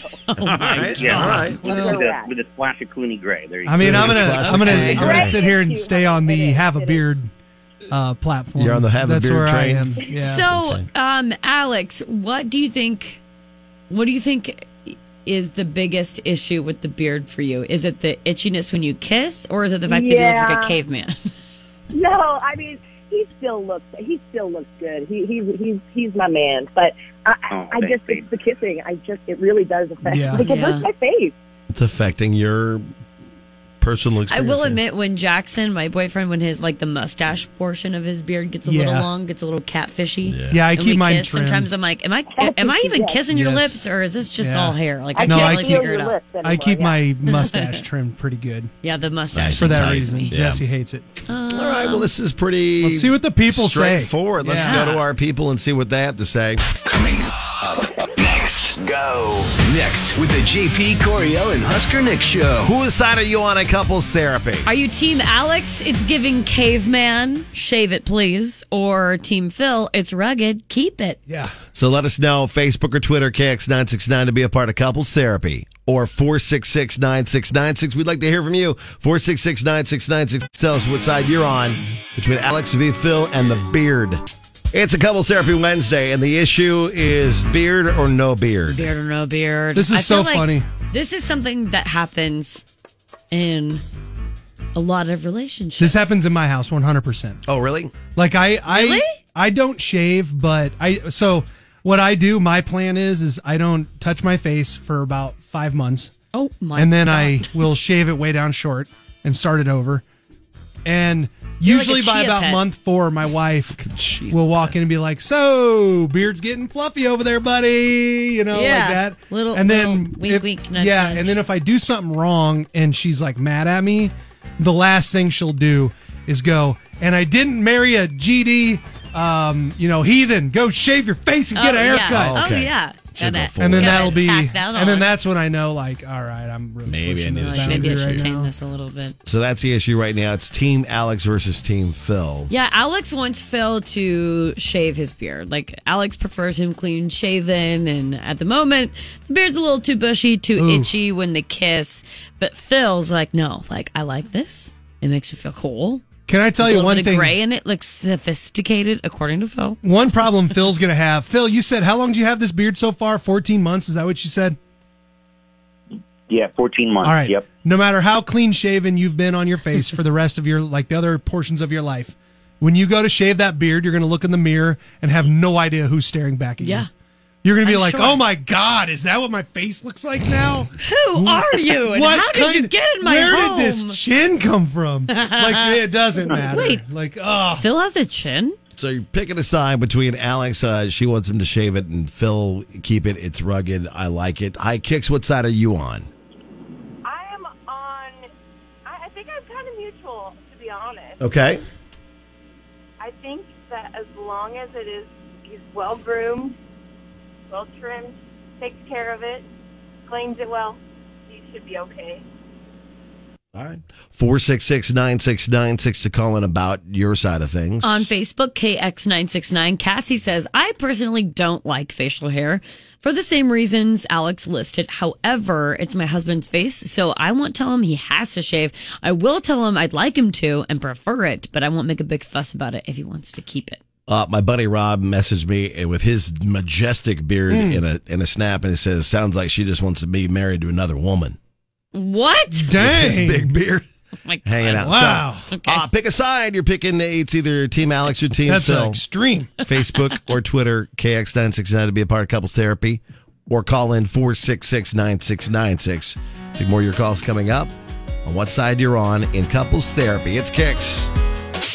Speaker 6: All right.
Speaker 19: Yeah.
Speaker 6: All right.
Speaker 19: With,
Speaker 17: Well-
Speaker 19: a, with a splash of Clooney gray. There you
Speaker 7: I mean,
Speaker 19: go.
Speaker 7: I'm gonna I'm gonna I'm gonna sit here and
Speaker 17: Thank you.
Speaker 7: stay on the have a beard uh, platform.
Speaker 6: You're on the have a
Speaker 7: That's
Speaker 6: beard
Speaker 7: where
Speaker 6: train.
Speaker 7: I am. Yeah.
Speaker 8: So, um, Alex, what do you think? What do you think is the biggest issue with the beard for you? Is it the itchiness when you kiss, or is it the fact that he looks like a
Speaker 17: Yeah.
Speaker 8: caveman?
Speaker 17: No, I mean he still looks he still looks good. He he he's he's my man. But I,
Speaker 6: Oh,
Speaker 17: I
Speaker 6: thanks,
Speaker 17: just it's the kissing. I just it really does affect.
Speaker 6: Yeah.
Speaker 17: Like it
Speaker 8: Yeah.
Speaker 17: hurts my face.
Speaker 6: It's affecting your personal
Speaker 8: I
Speaker 6: experience.
Speaker 8: will admit, when Jackson, my boyfriend, when his like the mustache portion of his beard gets a little
Speaker 7: Yeah.
Speaker 8: long, gets a little catfishy. Yeah,
Speaker 7: Yeah, I keep mine trimmed.
Speaker 8: Sometimes I'm like, am I am I even
Speaker 17: Yes.
Speaker 8: kissing your
Speaker 7: Yes.
Speaker 8: lips, or is this just
Speaker 7: Yeah.
Speaker 8: all hair? Like I
Speaker 7: No,
Speaker 8: can't
Speaker 7: I
Speaker 8: really
Speaker 7: keep-
Speaker 8: figure it out.
Speaker 7: I keep my mustache trimmed pretty good.
Speaker 8: yeah, the mustache
Speaker 7: for that
Speaker 8: tight.
Speaker 7: reason.
Speaker 6: Yeah.
Speaker 7: Jesse hates it.
Speaker 6: All right. Well, this is pretty.
Speaker 7: Let's see what the people say.
Speaker 6: straightforward. Let's
Speaker 7: Yeah.
Speaker 6: go to our people and see what they have to say.
Speaker 5: Next, go. Next with the JP Coriel and Husker Nick show.
Speaker 6: Whose side are you on a couples therapy?
Speaker 8: Are you Team Alex? It's giving caveman, shave it please, or Team Phil? It's rugged, keep it.
Speaker 7: Yeah.
Speaker 6: So let us know Facebook or Twitter KX969 to be a part of couples therapy or 4669696. We'd like to hear from you. 4669696 tell us what side you're on between Alex V Phil and the beard. It's a couples therapy Wednesday and the issue is beard or no beard.
Speaker 8: Beard or no beard.
Speaker 6: This is
Speaker 8: I feel
Speaker 6: so funny.
Speaker 8: This is something that happens in a lot of relationships.
Speaker 7: This happens in my house 100%.
Speaker 6: Oh, really?
Speaker 7: Like I I I don't shave, but I so what I do, my plan is is I don't touch my face for about 5 months.
Speaker 8: Oh my
Speaker 7: And then
Speaker 8: God.
Speaker 7: I will shave it way down short and start it over. And usually
Speaker 8: like a
Speaker 7: by
Speaker 8: chia
Speaker 7: about
Speaker 8: pet.
Speaker 7: month 4 my wife will walk in and be like, "So, beard's getting fluffy over there, buddy." You know,
Speaker 8: Yeah.
Speaker 7: like that.
Speaker 8: Little-
Speaker 7: and then
Speaker 8: little wink,
Speaker 7: if-
Speaker 8: wink, nudge,
Speaker 7: yeah, and then if I do something wrong and she's like mad at me, the last thing she'll do is go, and I didn't marry a GD, um, you know, heathen. Go shave your face and get
Speaker 8: Oh,
Speaker 7: a
Speaker 8: yeah.
Speaker 7: haircut.
Speaker 8: Oh, Okay. yeah. Should Gotta- go full
Speaker 7: and then
Speaker 8: gotta
Speaker 7: that'll be,
Speaker 8: tack that on.
Speaker 7: and then that's when I know, like, all right, I'm really
Speaker 6: Maybe I
Speaker 7: pushing
Speaker 6: need
Speaker 7: the
Speaker 6: to
Speaker 8: Like, maybe I
Speaker 7: boundary
Speaker 8: should
Speaker 7: right
Speaker 8: tame
Speaker 7: now.
Speaker 8: this a little bit.
Speaker 6: So that's the issue right now. It's team Alex versus team Phil.
Speaker 8: Yeah, Alex wants Phil to shave his beard. Like Alex prefers him clean shaven, and at the moment, the beard's a little too bushy, too
Speaker 15: Ooh.
Speaker 8: itchy when they kiss. But Phil's like, no, like I like this. It makes me feel cool.
Speaker 7: Can I tell
Speaker 8: There's
Speaker 7: you
Speaker 8: a little
Speaker 7: one
Speaker 8: bit of
Speaker 7: thing?
Speaker 8: Gray in it looks sophisticated, according to Phil.
Speaker 7: One problem Phil's gonna have. Phil, you said how long do you have this beard so far? 14 months. Is that what you said?
Speaker 19: Yeah, 14 months.
Speaker 7: All right.
Speaker 19: Yep.
Speaker 7: No matter how clean shaven you've been on your face for the rest of your like the other portions of your life, when you go to shave that beard, you're gonna look in the mirror and have no idea who's staring back at you.
Speaker 8: Yeah.
Speaker 7: You're gonna be
Speaker 8: I'm
Speaker 7: like,
Speaker 8: sure.
Speaker 7: oh my god, is that what my face looks like now?
Speaker 8: Who are you? And
Speaker 7: What
Speaker 8: how did you
Speaker 7: kind-
Speaker 8: get in my
Speaker 7: Where
Speaker 8: home?
Speaker 7: did this chin come from? like it doesn't matter.
Speaker 8: Wait.
Speaker 7: Like, oh.
Speaker 8: Phil has a chin?
Speaker 6: So you're picking a side between Alex, uh, she wants him to shave it, and Phil, keep it. It's rugged. I like it. Hi, Kicks, what side are you on?
Speaker 18: I am on. I, I think I'm kind of mutual, to be honest.
Speaker 6: Okay.
Speaker 18: I think that as long as it is, he's well groomed, well trimmed, takes care of it, cleans it well, he should be okay.
Speaker 6: All right. 466-9696 to call in about your side of things.
Speaker 8: On Facebook, KX969, Cassie says, I personally don't like facial hair for the same reasons Alex listed. However, it's my husband's face, so I won't tell him he has to shave. I will tell him I'd like him to and prefer it, but I won't make a big fuss about it if he wants to keep it.
Speaker 6: Uh, my buddy Rob messaged me with his majestic beard
Speaker 8: Mm.
Speaker 6: in a in a snap, and it says, "Sounds like she just wants to be married to another woman."
Speaker 8: What? Oh
Speaker 6: With his big beard. hanging out.
Speaker 7: Wow.
Speaker 6: So, uh, pick a side. You're picking. It's either Team Alex or Team
Speaker 7: That's
Speaker 6: Phil.
Speaker 7: extreme.
Speaker 6: Facebook or Twitter, KX969 to be a part of Couples Therapy, or call in 466 9696. Take more of your calls coming up on what side you're on in Couples Therapy. It's Kicks.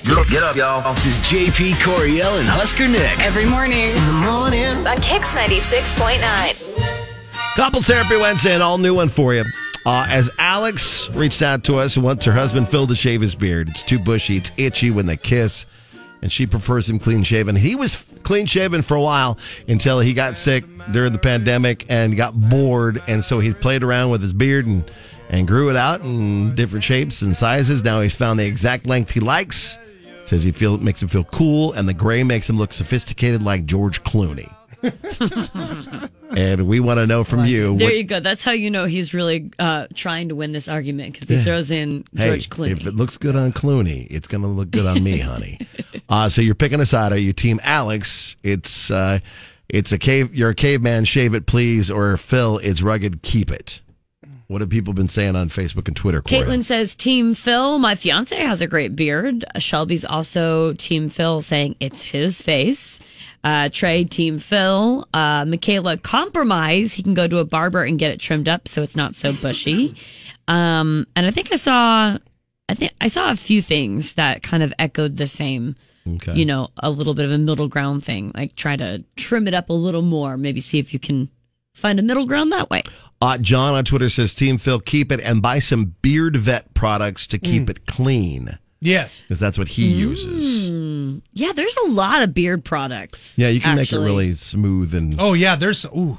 Speaker 5: Get up, get up, y'all. This is JP Coriel and Husker Nick.
Speaker 9: Every morning. In
Speaker 5: the morning.
Speaker 9: On Kicks 96.9.
Speaker 6: Couples Therapy Wednesday, an all new one for you. Uh, as Alex reached out to us and wants her husband Phil to shave his beard. It's too bushy, it's itchy when they kiss, and she prefers him clean shaven. He was clean shaven for a while until he got sick during the pandemic and got bored, and so he played around with his beard and, and grew it out in different shapes and sizes. Now he's found the exact length he likes. Says he feel makes him feel cool, and the gray makes him look sophisticated like George Clooney. And we want to know from you. what-
Speaker 8: There you go. That's how you know he's really uh, trying to win this argument because he
Speaker 6: Yeah.
Speaker 8: throws in
Speaker 6: Hey,
Speaker 8: George Clooney.
Speaker 6: If it looks good on Clooney, it's going to look good on me, honey. Uh, so you're picking a side. Are you Team Alex? It's uh, it's a cave. You're a caveman. Shave it, please. Or Phil, it's rugged. Keep it. What have people been saying on Facebook and Twitter? Corey?
Speaker 8: Caitlin says, Team Phil, my fiance has a great beard. Shelby's also Team Phil saying it's his face. Uh, Trey, Team Phil. Uh, Michaela, compromise. He can go to a barber and get it trimmed up so it's not so bushy. Um, and I think I saw, I think I saw a few things that kind of echoed the same.
Speaker 6: Okay.
Speaker 8: You know, a little bit of a middle ground thing, like try to trim it up a little more. Maybe see if you can find a middle ground that way.
Speaker 6: Uh, John on Twitter says, "Team Phil, keep it and buy some Beard Vet products to keep
Speaker 8: Mm.
Speaker 6: it clean."
Speaker 7: Yes,
Speaker 6: because that's what he uses.
Speaker 8: Mm. Yeah, there's a lot of beard products.
Speaker 6: Yeah, you can
Speaker 8: actually.
Speaker 6: make it really smooth and
Speaker 7: Oh yeah, there's ooh,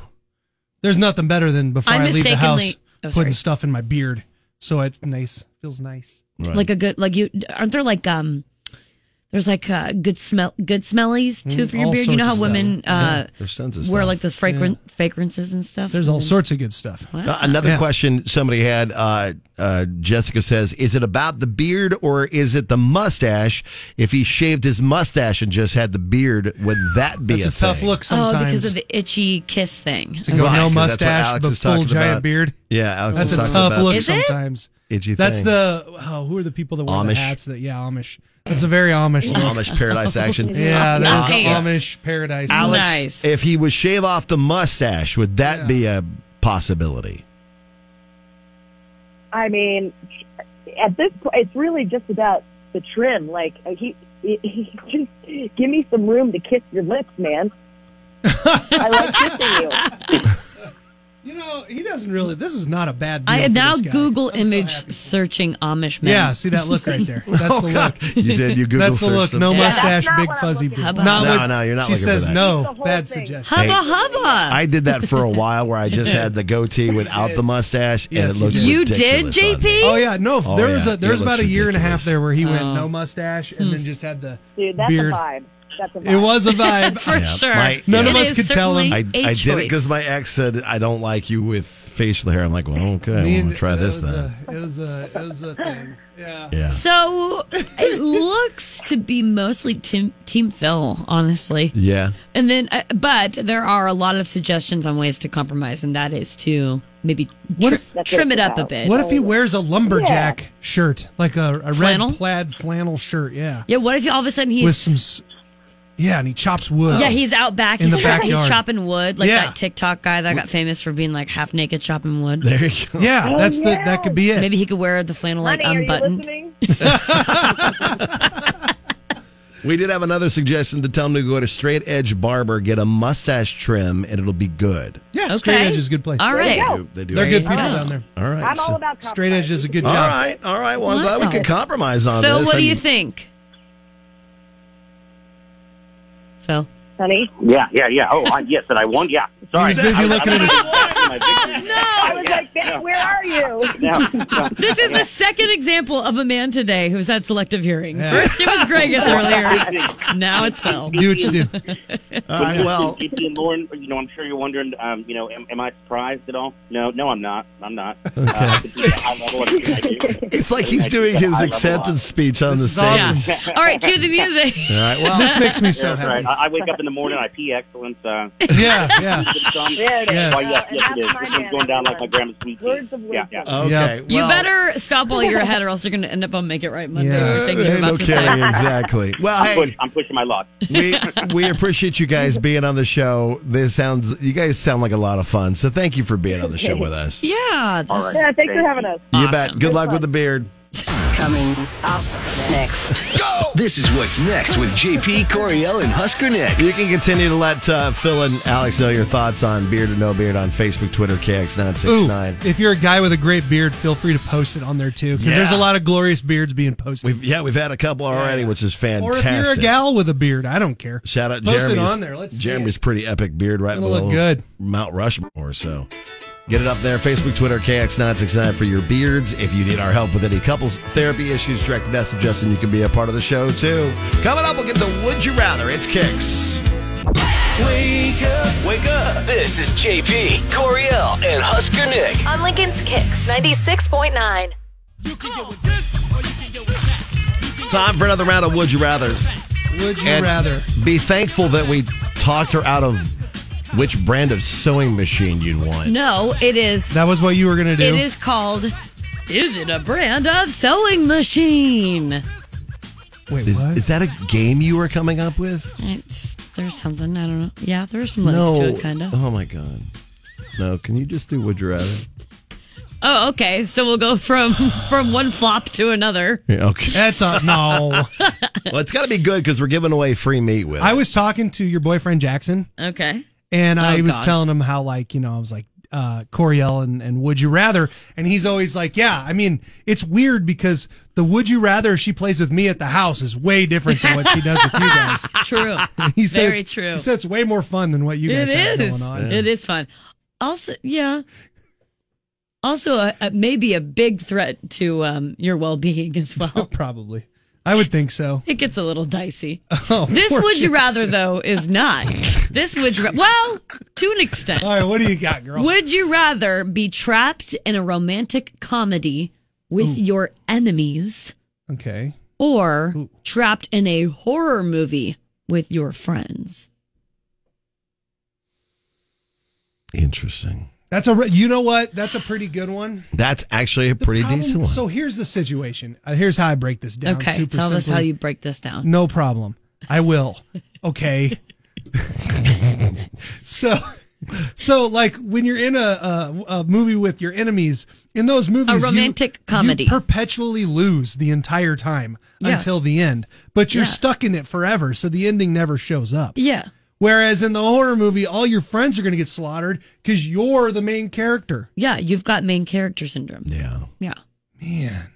Speaker 7: there's nothing better than before
Speaker 8: I
Speaker 7: I, leave the house
Speaker 8: mistakenly- oh, sorry.
Speaker 7: putting stuff in my beard, so it's nice, feels nice.
Speaker 8: like a good like you aren't there like um there's like uh, good smell good smellies too
Speaker 7: Mm,
Speaker 8: for your
Speaker 7: all
Speaker 8: beard. You know
Speaker 7: sorts
Speaker 8: how
Speaker 7: of
Speaker 8: women
Speaker 7: stuff.
Speaker 8: uh
Speaker 7: Yeah, there's
Speaker 6: tons
Speaker 7: of
Speaker 8: wear
Speaker 7: stuff.
Speaker 8: like the fragrant fragrances and stuff.
Speaker 7: There's all
Speaker 8: And-
Speaker 7: sorts of good stuff.
Speaker 6: Uh, Another
Speaker 7: Yeah.
Speaker 6: question somebody had uh, uh, Jessica says, Is it about the beard or is it the mustache? If he shaved his mustache and just had the beard, would that be
Speaker 7: That's a
Speaker 6: a,
Speaker 7: tough
Speaker 6: thing?
Speaker 7: look
Speaker 8: Oh,
Speaker 7: sometimes.
Speaker 8: because of the itty kiss thing.
Speaker 7: to
Speaker 6: Right,
Speaker 7: go no
Speaker 6: 'cause that's what
Speaker 7: mustache,
Speaker 6: Alex
Speaker 7: the
Speaker 6: is
Speaker 7: full
Speaker 6: talking
Speaker 7: giant
Speaker 6: about.
Speaker 7: beard.
Speaker 6: Yeah, Alex
Speaker 7: that's
Speaker 6: is
Speaker 7: a
Speaker 6: talking
Speaker 7: tough
Speaker 6: about-
Speaker 7: look
Speaker 6: Is it?
Speaker 7: sometimes.
Speaker 6: Itchy
Speaker 7: that's
Speaker 6: thing.
Speaker 7: the oh, who are the people that wear the
Speaker 6: Amish.
Speaker 7: hats? That yeah, Amish. That's a very Amish. look.
Speaker 6: Amish paradise action.
Speaker 7: yeah, there's an
Speaker 6: Nice.
Speaker 7: Amish paradise.
Speaker 6: Alex,
Speaker 7: look.
Speaker 6: if he would shave off the mustache, would that be a possibility?
Speaker 17: I mean, at this point, it's really just about the trim. Like uh, he, he, he just give me some room to kiss your lips, man. I like kissing you.
Speaker 7: You know, he doesn't really. This is not a bad. Deal
Speaker 8: I
Speaker 7: for
Speaker 8: am now
Speaker 7: this guy.
Speaker 8: Google image searching Amish men.
Speaker 7: Yeah, see that look right there. That's the look.
Speaker 6: Oh, You did. You Google
Speaker 7: That's the
Speaker 6: searched
Speaker 7: look.
Speaker 6: them.
Speaker 7: No
Speaker 6: Yeah, that's
Speaker 7: mustache,
Speaker 6: not
Speaker 7: big
Speaker 6: what I'm
Speaker 7: fuzzy.
Speaker 6: looking
Speaker 7: beard.
Speaker 6: for.
Speaker 7: Not
Speaker 6: No,
Speaker 7: with-
Speaker 6: no, you're not
Speaker 7: She
Speaker 6: looking for that.
Speaker 7: says
Speaker 6: That's
Speaker 7: no.
Speaker 6: the whole
Speaker 7: Bad
Speaker 6: thing.
Speaker 7: suggestion.
Speaker 8: Hubba hubba.
Speaker 6: I did that for a while where I just had the goatee without the mustache, and it looked
Speaker 8: you did,
Speaker 6: ridiculous on
Speaker 8: JP?
Speaker 7: Oh yeah, no.
Speaker 6: Oh,
Speaker 7: there was
Speaker 6: yeah,
Speaker 7: a there
Speaker 6: it
Speaker 7: was about a
Speaker 6: looks
Speaker 7: year and a
Speaker 6: ridiculous.
Speaker 7: half there where he went
Speaker 6: Oh.
Speaker 7: no mustache and
Speaker 8: Hmm.
Speaker 7: then just had the
Speaker 17: Dude, that's
Speaker 7: beard.
Speaker 17: a vibe. That's a vibe.
Speaker 7: It was a vibe
Speaker 17: For
Speaker 6: Yeah,
Speaker 17: sure.
Speaker 6: my-
Speaker 7: None
Speaker 6: yeah.
Speaker 7: of us could tell him.
Speaker 6: I, I did it because my ex said I don't like you with facial hair. I'm like, well, okay, I'm
Speaker 7: Me and-
Speaker 6: gonna try
Speaker 7: that
Speaker 6: this
Speaker 7: was uh,
Speaker 6: then.
Speaker 7: a- it was a it was a thing. Yeah.
Speaker 6: Yeah.
Speaker 8: So it looks to be mostly team team Phil, honestly.
Speaker 6: yeah.
Speaker 8: And then, uh, but there are a lot of suggestions on ways to compromise, and that is to maybe
Speaker 7: What
Speaker 8: tri-
Speaker 7: if- That's
Speaker 8: trim
Speaker 7: what
Speaker 8: it
Speaker 7: it's
Speaker 8: up a
Speaker 7: about.
Speaker 8: bit.
Speaker 7: What if he wears a lumberjack shirt, like a, a
Speaker 8: Flannel?
Speaker 7: red plaid flannel shirt? Yeah.
Speaker 8: Yeah, what if all of a sudden
Speaker 7: With
Speaker 8: he's
Speaker 7: some. s- Yeah, and he chops wood.
Speaker 8: yeah he's out back
Speaker 7: In
Speaker 8: he's,
Speaker 7: the
Speaker 8: chop- he's
Speaker 7: backyard.
Speaker 8: chopping wood like
Speaker 7: Yeah.
Speaker 8: that TikTok guy that got famous for being like half naked chopping wood.
Speaker 6: There you
Speaker 7: go. Yeah, Oh, that's the- yeah. that could be it.
Speaker 8: Maybe he could wear the flannel like
Speaker 17: Honey, are you
Speaker 8: unbuttoned.
Speaker 6: We did have another suggestion to tell him to go to Straight Edge Barber, get a mustache trim, and it'll be good.
Speaker 7: Yeah, straight edge is a good place.
Speaker 8: All
Speaker 6: They
Speaker 8: right.
Speaker 6: do- they do
Speaker 7: They're
Speaker 6: it.
Speaker 7: good people down there.
Speaker 6: All right, I'm all so- about
Speaker 7: straight edge is a good
Speaker 6: All
Speaker 7: job.
Speaker 6: right, all right. Well, I'm glad we could compromise
Speaker 7: Oh,
Speaker 6: on
Speaker 8: Phil,
Speaker 6: this.
Speaker 8: what do
Speaker 6: I'm-
Speaker 8: you think? Phil,
Speaker 17: honey.
Speaker 19: Yeah, yeah, yeah. Oh, I, yes, that I won. Yeah. Sorry.
Speaker 7: He was busy
Speaker 19: I- I-
Speaker 7: looking
Speaker 19: I-
Speaker 7: at his-
Speaker 17: I was like, "Bitch, where are you?
Speaker 8: this is the second example of a man today who's had selective hearing. First, it was Greg earlier. now it's Phil.
Speaker 7: Do what you do.
Speaker 8: Uh,
Speaker 19: All right,
Speaker 6: well-
Speaker 19: well, JP and Lauren, you know, I'm sure you're wondering, um, you know, am, am I surprised at all? No, no, I'm not. I'm not. Uh, it's a high level of I do.
Speaker 6: It's like he's
Speaker 19: I do
Speaker 6: doing
Speaker 19: at a
Speaker 6: his
Speaker 19: high level
Speaker 6: acceptance speech on
Speaker 19: This
Speaker 6: the
Speaker 19: is
Speaker 6: stage.
Speaker 19: awesome.
Speaker 8: All right, cue the music.
Speaker 6: All right. Well,
Speaker 7: This makes me so
Speaker 19: Yeah, that's
Speaker 7: happy.
Speaker 19: right. I, I wake up in the morning, I pee excellence. Uh,
Speaker 7: Yeah, yeah.
Speaker 19: Yes.
Speaker 7: Yes.
Speaker 19: Why, yes, yes, it is. This one's going down like my grandma's sweet
Speaker 17: Words of wisdom.
Speaker 6: Okay.
Speaker 8: You
Speaker 6: well-
Speaker 8: better stop while you're ahead, or else you're going to end up on Make It Right Monday.
Speaker 6: Yeah.
Speaker 8: with things you're
Speaker 6: Ain't
Speaker 8: about
Speaker 6: no
Speaker 8: to
Speaker 6: kidding,
Speaker 8: say.
Speaker 6: exactly. Well,
Speaker 7: Oh.
Speaker 19: I'm,
Speaker 6: hey.
Speaker 19: push- I'm pushing my luck.
Speaker 6: we we appreciate you guys being on the show. This sounds you guys sound like a lot of fun. So thank you for being on the show with us.
Speaker 8: Yeah.
Speaker 6: All
Speaker 8: this
Speaker 6: right.
Speaker 17: Yeah,
Speaker 8: is
Speaker 17: thanks for
Speaker 8: great.
Speaker 17: having us.
Speaker 6: You bet. Good luck with the beard.
Speaker 5: Coming up next. Go! This is what's next with JP Coriel and Husker Nick.
Speaker 6: You can continue to let uh, Phil and Alex know your thoughts on beard or no beard on Facebook, Twitter,
Speaker 7: Ooh,
Speaker 6: KX969.
Speaker 7: if you're a guy with a great beard, feel free to post it on there too, because
Speaker 6: Yeah.
Speaker 7: there's a lot of glorious beards being posted.
Speaker 6: We've, yeah, we've had a couple already, which is
Speaker 7: or
Speaker 6: fantastic.
Speaker 7: if you're a gal with a beard, I don't care.
Speaker 6: Shout out
Speaker 7: Post it
Speaker 6: Jeremy's.
Speaker 7: on there. Let's see
Speaker 6: Jeremy's pretty epic beard right
Speaker 7: It'll
Speaker 6: below
Speaker 7: look good.
Speaker 6: Mount Rushmore. So get it up there. Facebook, Twitter, KX969 for your beards. If you need our help with any couples therapy issues, direct message us and you can be a part of the show too. Coming up, we'll get the Would You Rather. It's Kicks.
Speaker 5: Wake up, wake up. This is JP Coriel and Husker Nick.
Speaker 9: On Lincoln's Kicks 96.9.
Speaker 6: Time for another round of Would You Rather.
Speaker 7: Would you
Speaker 6: And
Speaker 7: rather?
Speaker 6: Be thankful that we talked her out of which brand of sewing machine you'd want.
Speaker 8: No, it is.
Speaker 7: That was what you were gonna do.
Speaker 8: It is called. Is it a brand of sewing machine?
Speaker 7: Wait,
Speaker 6: is, is that a game you were coming up with?
Speaker 8: I just- there's something I don't know. Yeah, there's some limits to it, kind of.
Speaker 6: Oh my god. No, can you just do Would You Rather?
Speaker 8: Oh, okay. So we'll go from from one flop to another.
Speaker 6: Yeah, okay.
Speaker 7: That's a no.
Speaker 6: well, it's got to be good because we're giving away free meat with.
Speaker 7: I was talking to your boyfriend Jackson,
Speaker 8: Okay.
Speaker 7: and I
Speaker 8: Oh,
Speaker 7: was
Speaker 8: God.
Speaker 7: telling him how like you know I was like uh, Coriel and and Would You Rather, and he's always like, yeah. I mean, it's weird because the Would You Rather she plays with me at the house is way different than what she does with you guys.
Speaker 8: True.
Speaker 7: He said
Speaker 8: Very
Speaker 7: it's-
Speaker 8: true.
Speaker 7: He said it's way more fun than what you guys
Speaker 8: It
Speaker 7: have
Speaker 8: is.
Speaker 7: going on.
Speaker 8: It is fun. Also, yeah. Also, a, a, maybe a big threat to um, your well being as well.
Speaker 7: Probably. I would think so.
Speaker 8: It gets a little dicey.
Speaker 7: Oh,
Speaker 8: this
Speaker 7: poor
Speaker 8: would you rather
Speaker 7: Jackson.
Speaker 8: though is not. This would you ra- well to an extent.
Speaker 7: All right, what do you got, girl?
Speaker 8: Would you rather be trapped in a romantic comedy with your enemies
Speaker 7: Okay.
Speaker 8: or trapped in a horror movie with your friends?
Speaker 6: Interesting.
Speaker 7: That's a re- you know what? That's a pretty good one.
Speaker 6: That's actually a pretty
Speaker 7: Problem-
Speaker 6: decent one.
Speaker 7: So here's the situation. Uh, here's how I break this down.
Speaker 8: okay,
Speaker 7: super
Speaker 8: tell us how
Speaker 7: simply.
Speaker 8: you break this down.
Speaker 7: No problem. I will. Okay. so, so like when you're in a, a a movie with your enemies, in those movies, you-
Speaker 8: romantic
Speaker 7: you
Speaker 8: comedy.
Speaker 7: perpetually lose the entire time
Speaker 8: Yeah.
Speaker 7: until the end, but you're
Speaker 8: Yeah.
Speaker 7: stuck in it forever, so the ending never shows up.
Speaker 8: Yeah.
Speaker 7: Whereas in the horror movie, all your friends are going to get slaughtered because you're the main character.
Speaker 8: Yeah, you've got main character syndrome.
Speaker 6: Yeah.
Speaker 8: Yeah.
Speaker 7: Man.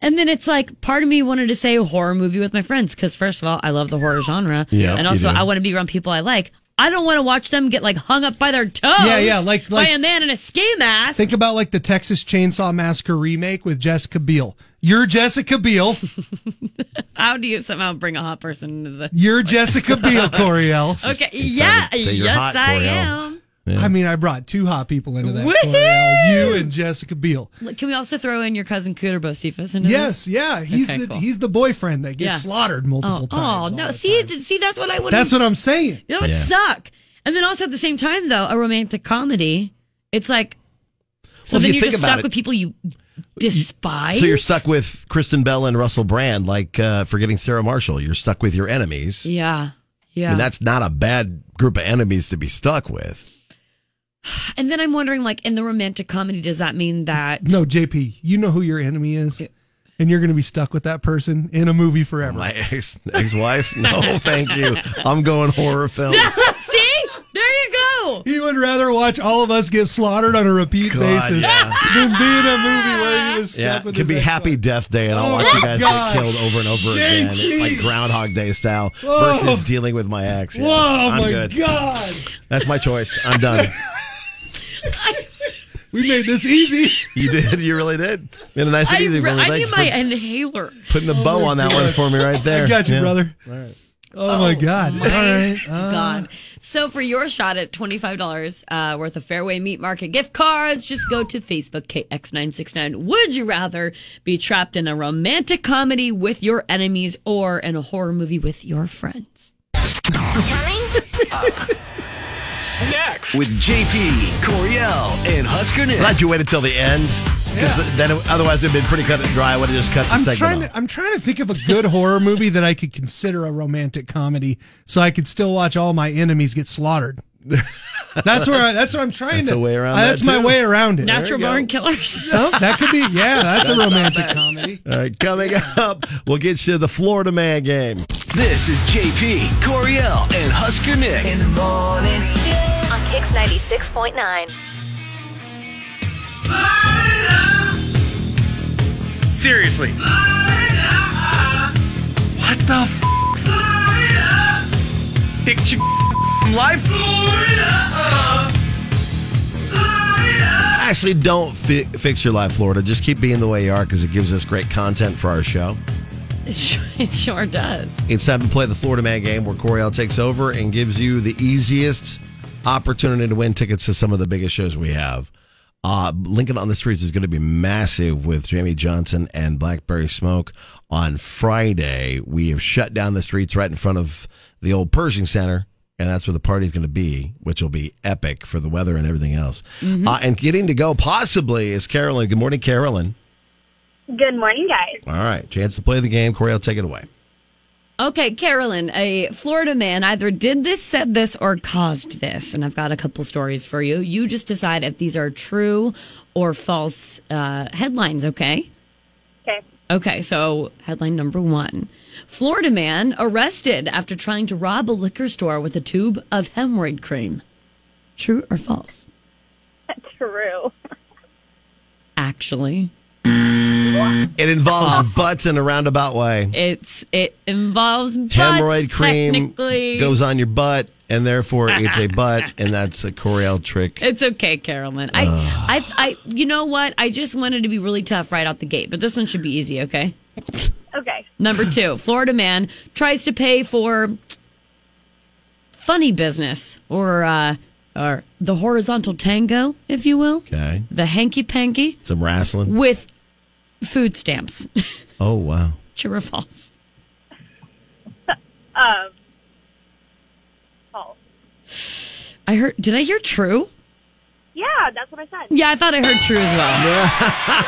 Speaker 8: And then it's like part of me wanted to say horror movie with my friends because first of all, I love the horror genre.
Speaker 7: Yeah,
Speaker 8: And
Speaker 7: you
Speaker 8: also
Speaker 7: do.
Speaker 8: I want to be around people I like. I don't want to watch them get like hung up by their toes.
Speaker 7: Yeah, yeah, like-
Speaker 8: by
Speaker 7: like-
Speaker 8: a man in a ski mask.
Speaker 7: Think about like the Texas Chainsaw Massacre remake with Jessica Biel. You're Jessica Biel.
Speaker 8: How do you somehow bring a hot person into the?
Speaker 7: You're Jessica Biel, Coriel.
Speaker 8: Okay. Yeah.
Speaker 6: say you're
Speaker 8: yes,
Speaker 6: hot,
Speaker 8: I
Speaker 6: Coriel.
Speaker 8: am.
Speaker 7: I mean, I brought two hot people into that.
Speaker 8: Woohoo!
Speaker 7: Coriel. You and Jessica Biel.
Speaker 8: Look, Can we also throw in your cousin Cooter Bocephus? Into
Speaker 7: Yes,
Speaker 8: this?
Speaker 7: yeah. He's
Speaker 8: Okay,
Speaker 7: the
Speaker 8: cool.
Speaker 7: he's the boyfriend that gets
Speaker 8: Yeah.
Speaker 7: slaughtered multiple
Speaker 8: oh,
Speaker 7: times.
Speaker 8: Oh no! See, th- see, that's what I would.
Speaker 7: That's what I'm saying.
Speaker 8: That would suck. And then also at the same time, though, a romantic comedy, it's like. So then
Speaker 6: Well, if you
Speaker 8: you're
Speaker 6: think
Speaker 8: just
Speaker 6: about
Speaker 8: stuck
Speaker 6: it-
Speaker 8: with people you despise.
Speaker 6: So you're stuck with Kristen Bell and Russell Brand, like uh, forgetting Sarah Marshall. You're stuck with your enemies.
Speaker 8: Yeah. Yeah.
Speaker 6: I mean, that's not a bad group of enemies to be stuck with.
Speaker 8: and then I'm wondering, like, in the romantic comedy, does that mean that
Speaker 7: No, JP, you know who your enemy is, and you're going to be stuck with that person in a movie forever.
Speaker 6: My ex ex wife? No, thank you. I'm going horror film.
Speaker 8: See? There you go.
Speaker 7: He would rather watch all of us get slaughtered on a repeat
Speaker 6: God,
Speaker 7: basis
Speaker 6: yeah.
Speaker 7: than be in a movie where he was stuck
Speaker 6: Yeah,
Speaker 7: with
Speaker 6: it could
Speaker 7: his
Speaker 6: be
Speaker 7: ex-
Speaker 6: Happy Death Day, and I'll
Speaker 7: Oh
Speaker 6: watch you
Speaker 7: my
Speaker 6: guys
Speaker 7: God.
Speaker 6: get killed over and over
Speaker 7: JP.
Speaker 6: again, like Groundhog Day style,
Speaker 7: Whoa.
Speaker 6: versus dealing with my ex. Yeah,
Speaker 7: Oh. Whoa,
Speaker 6: I'm
Speaker 7: my
Speaker 6: good.
Speaker 7: God.
Speaker 6: That's my choice. I'm done.
Speaker 7: We made this easy.
Speaker 6: You did. You really did. In a nice and
Speaker 8: I,
Speaker 6: easy
Speaker 8: re-
Speaker 6: one.
Speaker 8: I need
Speaker 6: Thanks
Speaker 8: my
Speaker 6: for
Speaker 8: inhaler.
Speaker 6: putting the bow
Speaker 7: Oh my
Speaker 6: on that
Speaker 7: God.
Speaker 6: one for me right there.
Speaker 7: I got you,
Speaker 6: Yeah.
Speaker 7: brother. Oh, my God.
Speaker 8: My
Speaker 7: All right. Uh,
Speaker 8: God. So for your shot at $25 uh, worth of Fairway Meat Market gift cards, just go to Facebook KX969. Would you rather be trapped in a romantic comedy with your enemies or in a horror movie with your friends?
Speaker 5: next. With JP, Coriel, and Husker Nick.
Speaker 6: Glad you waited till the end because then it- otherwise it'd been pretty cut and dry. I would have just cut the
Speaker 7: I'm
Speaker 6: segment.
Speaker 7: trying
Speaker 6: off.
Speaker 7: to I'm trying to think of a good horror movie that I could consider a romantic comedy, so I could still watch all my enemies get slaughtered. That's where I, that's what I'm trying
Speaker 6: That's
Speaker 7: to.
Speaker 6: a way around
Speaker 7: Uh,
Speaker 6: that,
Speaker 7: that's my
Speaker 6: too.
Speaker 7: way around it.
Speaker 8: Natural born killers.
Speaker 7: So, that could be yeah.
Speaker 6: That's
Speaker 7: That's a
Speaker 6: not
Speaker 7: romantic
Speaker 6: bad.
Speaker 7: comedy.
Speaker 6: All right, coming up, we'll get you the Florida Man game.
Speaker 5: This is JP, Coriel, and Husker Nick. In the morning.
Speaker 9: On Kicks 96.9.
Speaker 15: Seriously. What the f? Picture life?
Speaker 6: Actually, don't fi- fix your life, Florida. Just keep being the way you are because it gives us great content for our show.
Speaker 8: It sure, it sure does.
Speaker 6: It's time to play the Florida Man game where Coriel takes over and gives you the easiest opportunity to win tickets to some of the biggest shows we have. Uh, Lincoln on the Streets is going to be massive with Jamie Johnson and Blackberry Smoke on Friday. We have shut down the streets right in front of the old Pershing Center, and that's where the party's going to be, which will be epic for the weather and everything else.
Speaker 20: Mhm.
Speaker 6: Uh, and getting to go possibly is Carolyn. Good morning, Carolyn.
Speaker 20: Good morning, guys.
Speaker 6: All right, chance to play the game. Coriel, take it away.
Speaker 8: Okay, Carolyn, a Florida man either did this, said this, or caused this. And I've got a couple stories for you. You just decide if these are true or false uh, headlines, okay?
Speaker 20: Okay.
Speaker 8: Okay, so headline number one Florida man arrested after trying to rob a liquor store with a tube of hemorrhoid cream. True or false?
Speaker 20: True.
Speaker 8: Actually,
Speaker 6: It involves
Speaker 8: False.
Speaker 6: butts in a roundabout way.
Speaker 8: it's it involves butts,
Speaker 6: hemorrhoid cream
Speaker 8: technically.
Speaker 6: goes on your butt, and therefore it gets a butt, and that's a Coriel trick.
Speaker 8: It's okay, Carolyn. I, I, I, you know what? I just wanted to be really tough right out the gate, but this one should be easy, okay?
Speaker 20: Okay.
Speaker 8: Number two, Florida man tries to pay for funny business or uh, or the horizontal tango, if you will,
Speaker 6: Okay,
Speaker 8: the hanky panky
Speaker 6: some wrestling.
Speaker 8: with food stamps.
Speaker 6: Oh wow,
Speaker 8: True or false?
Speaker 20: Um. False.
Speaker 8: I heard. Did I hear true?
Speaker 20: Yeah, that's what I said.
Speaker 8: Yeah, I thought I heard true as well.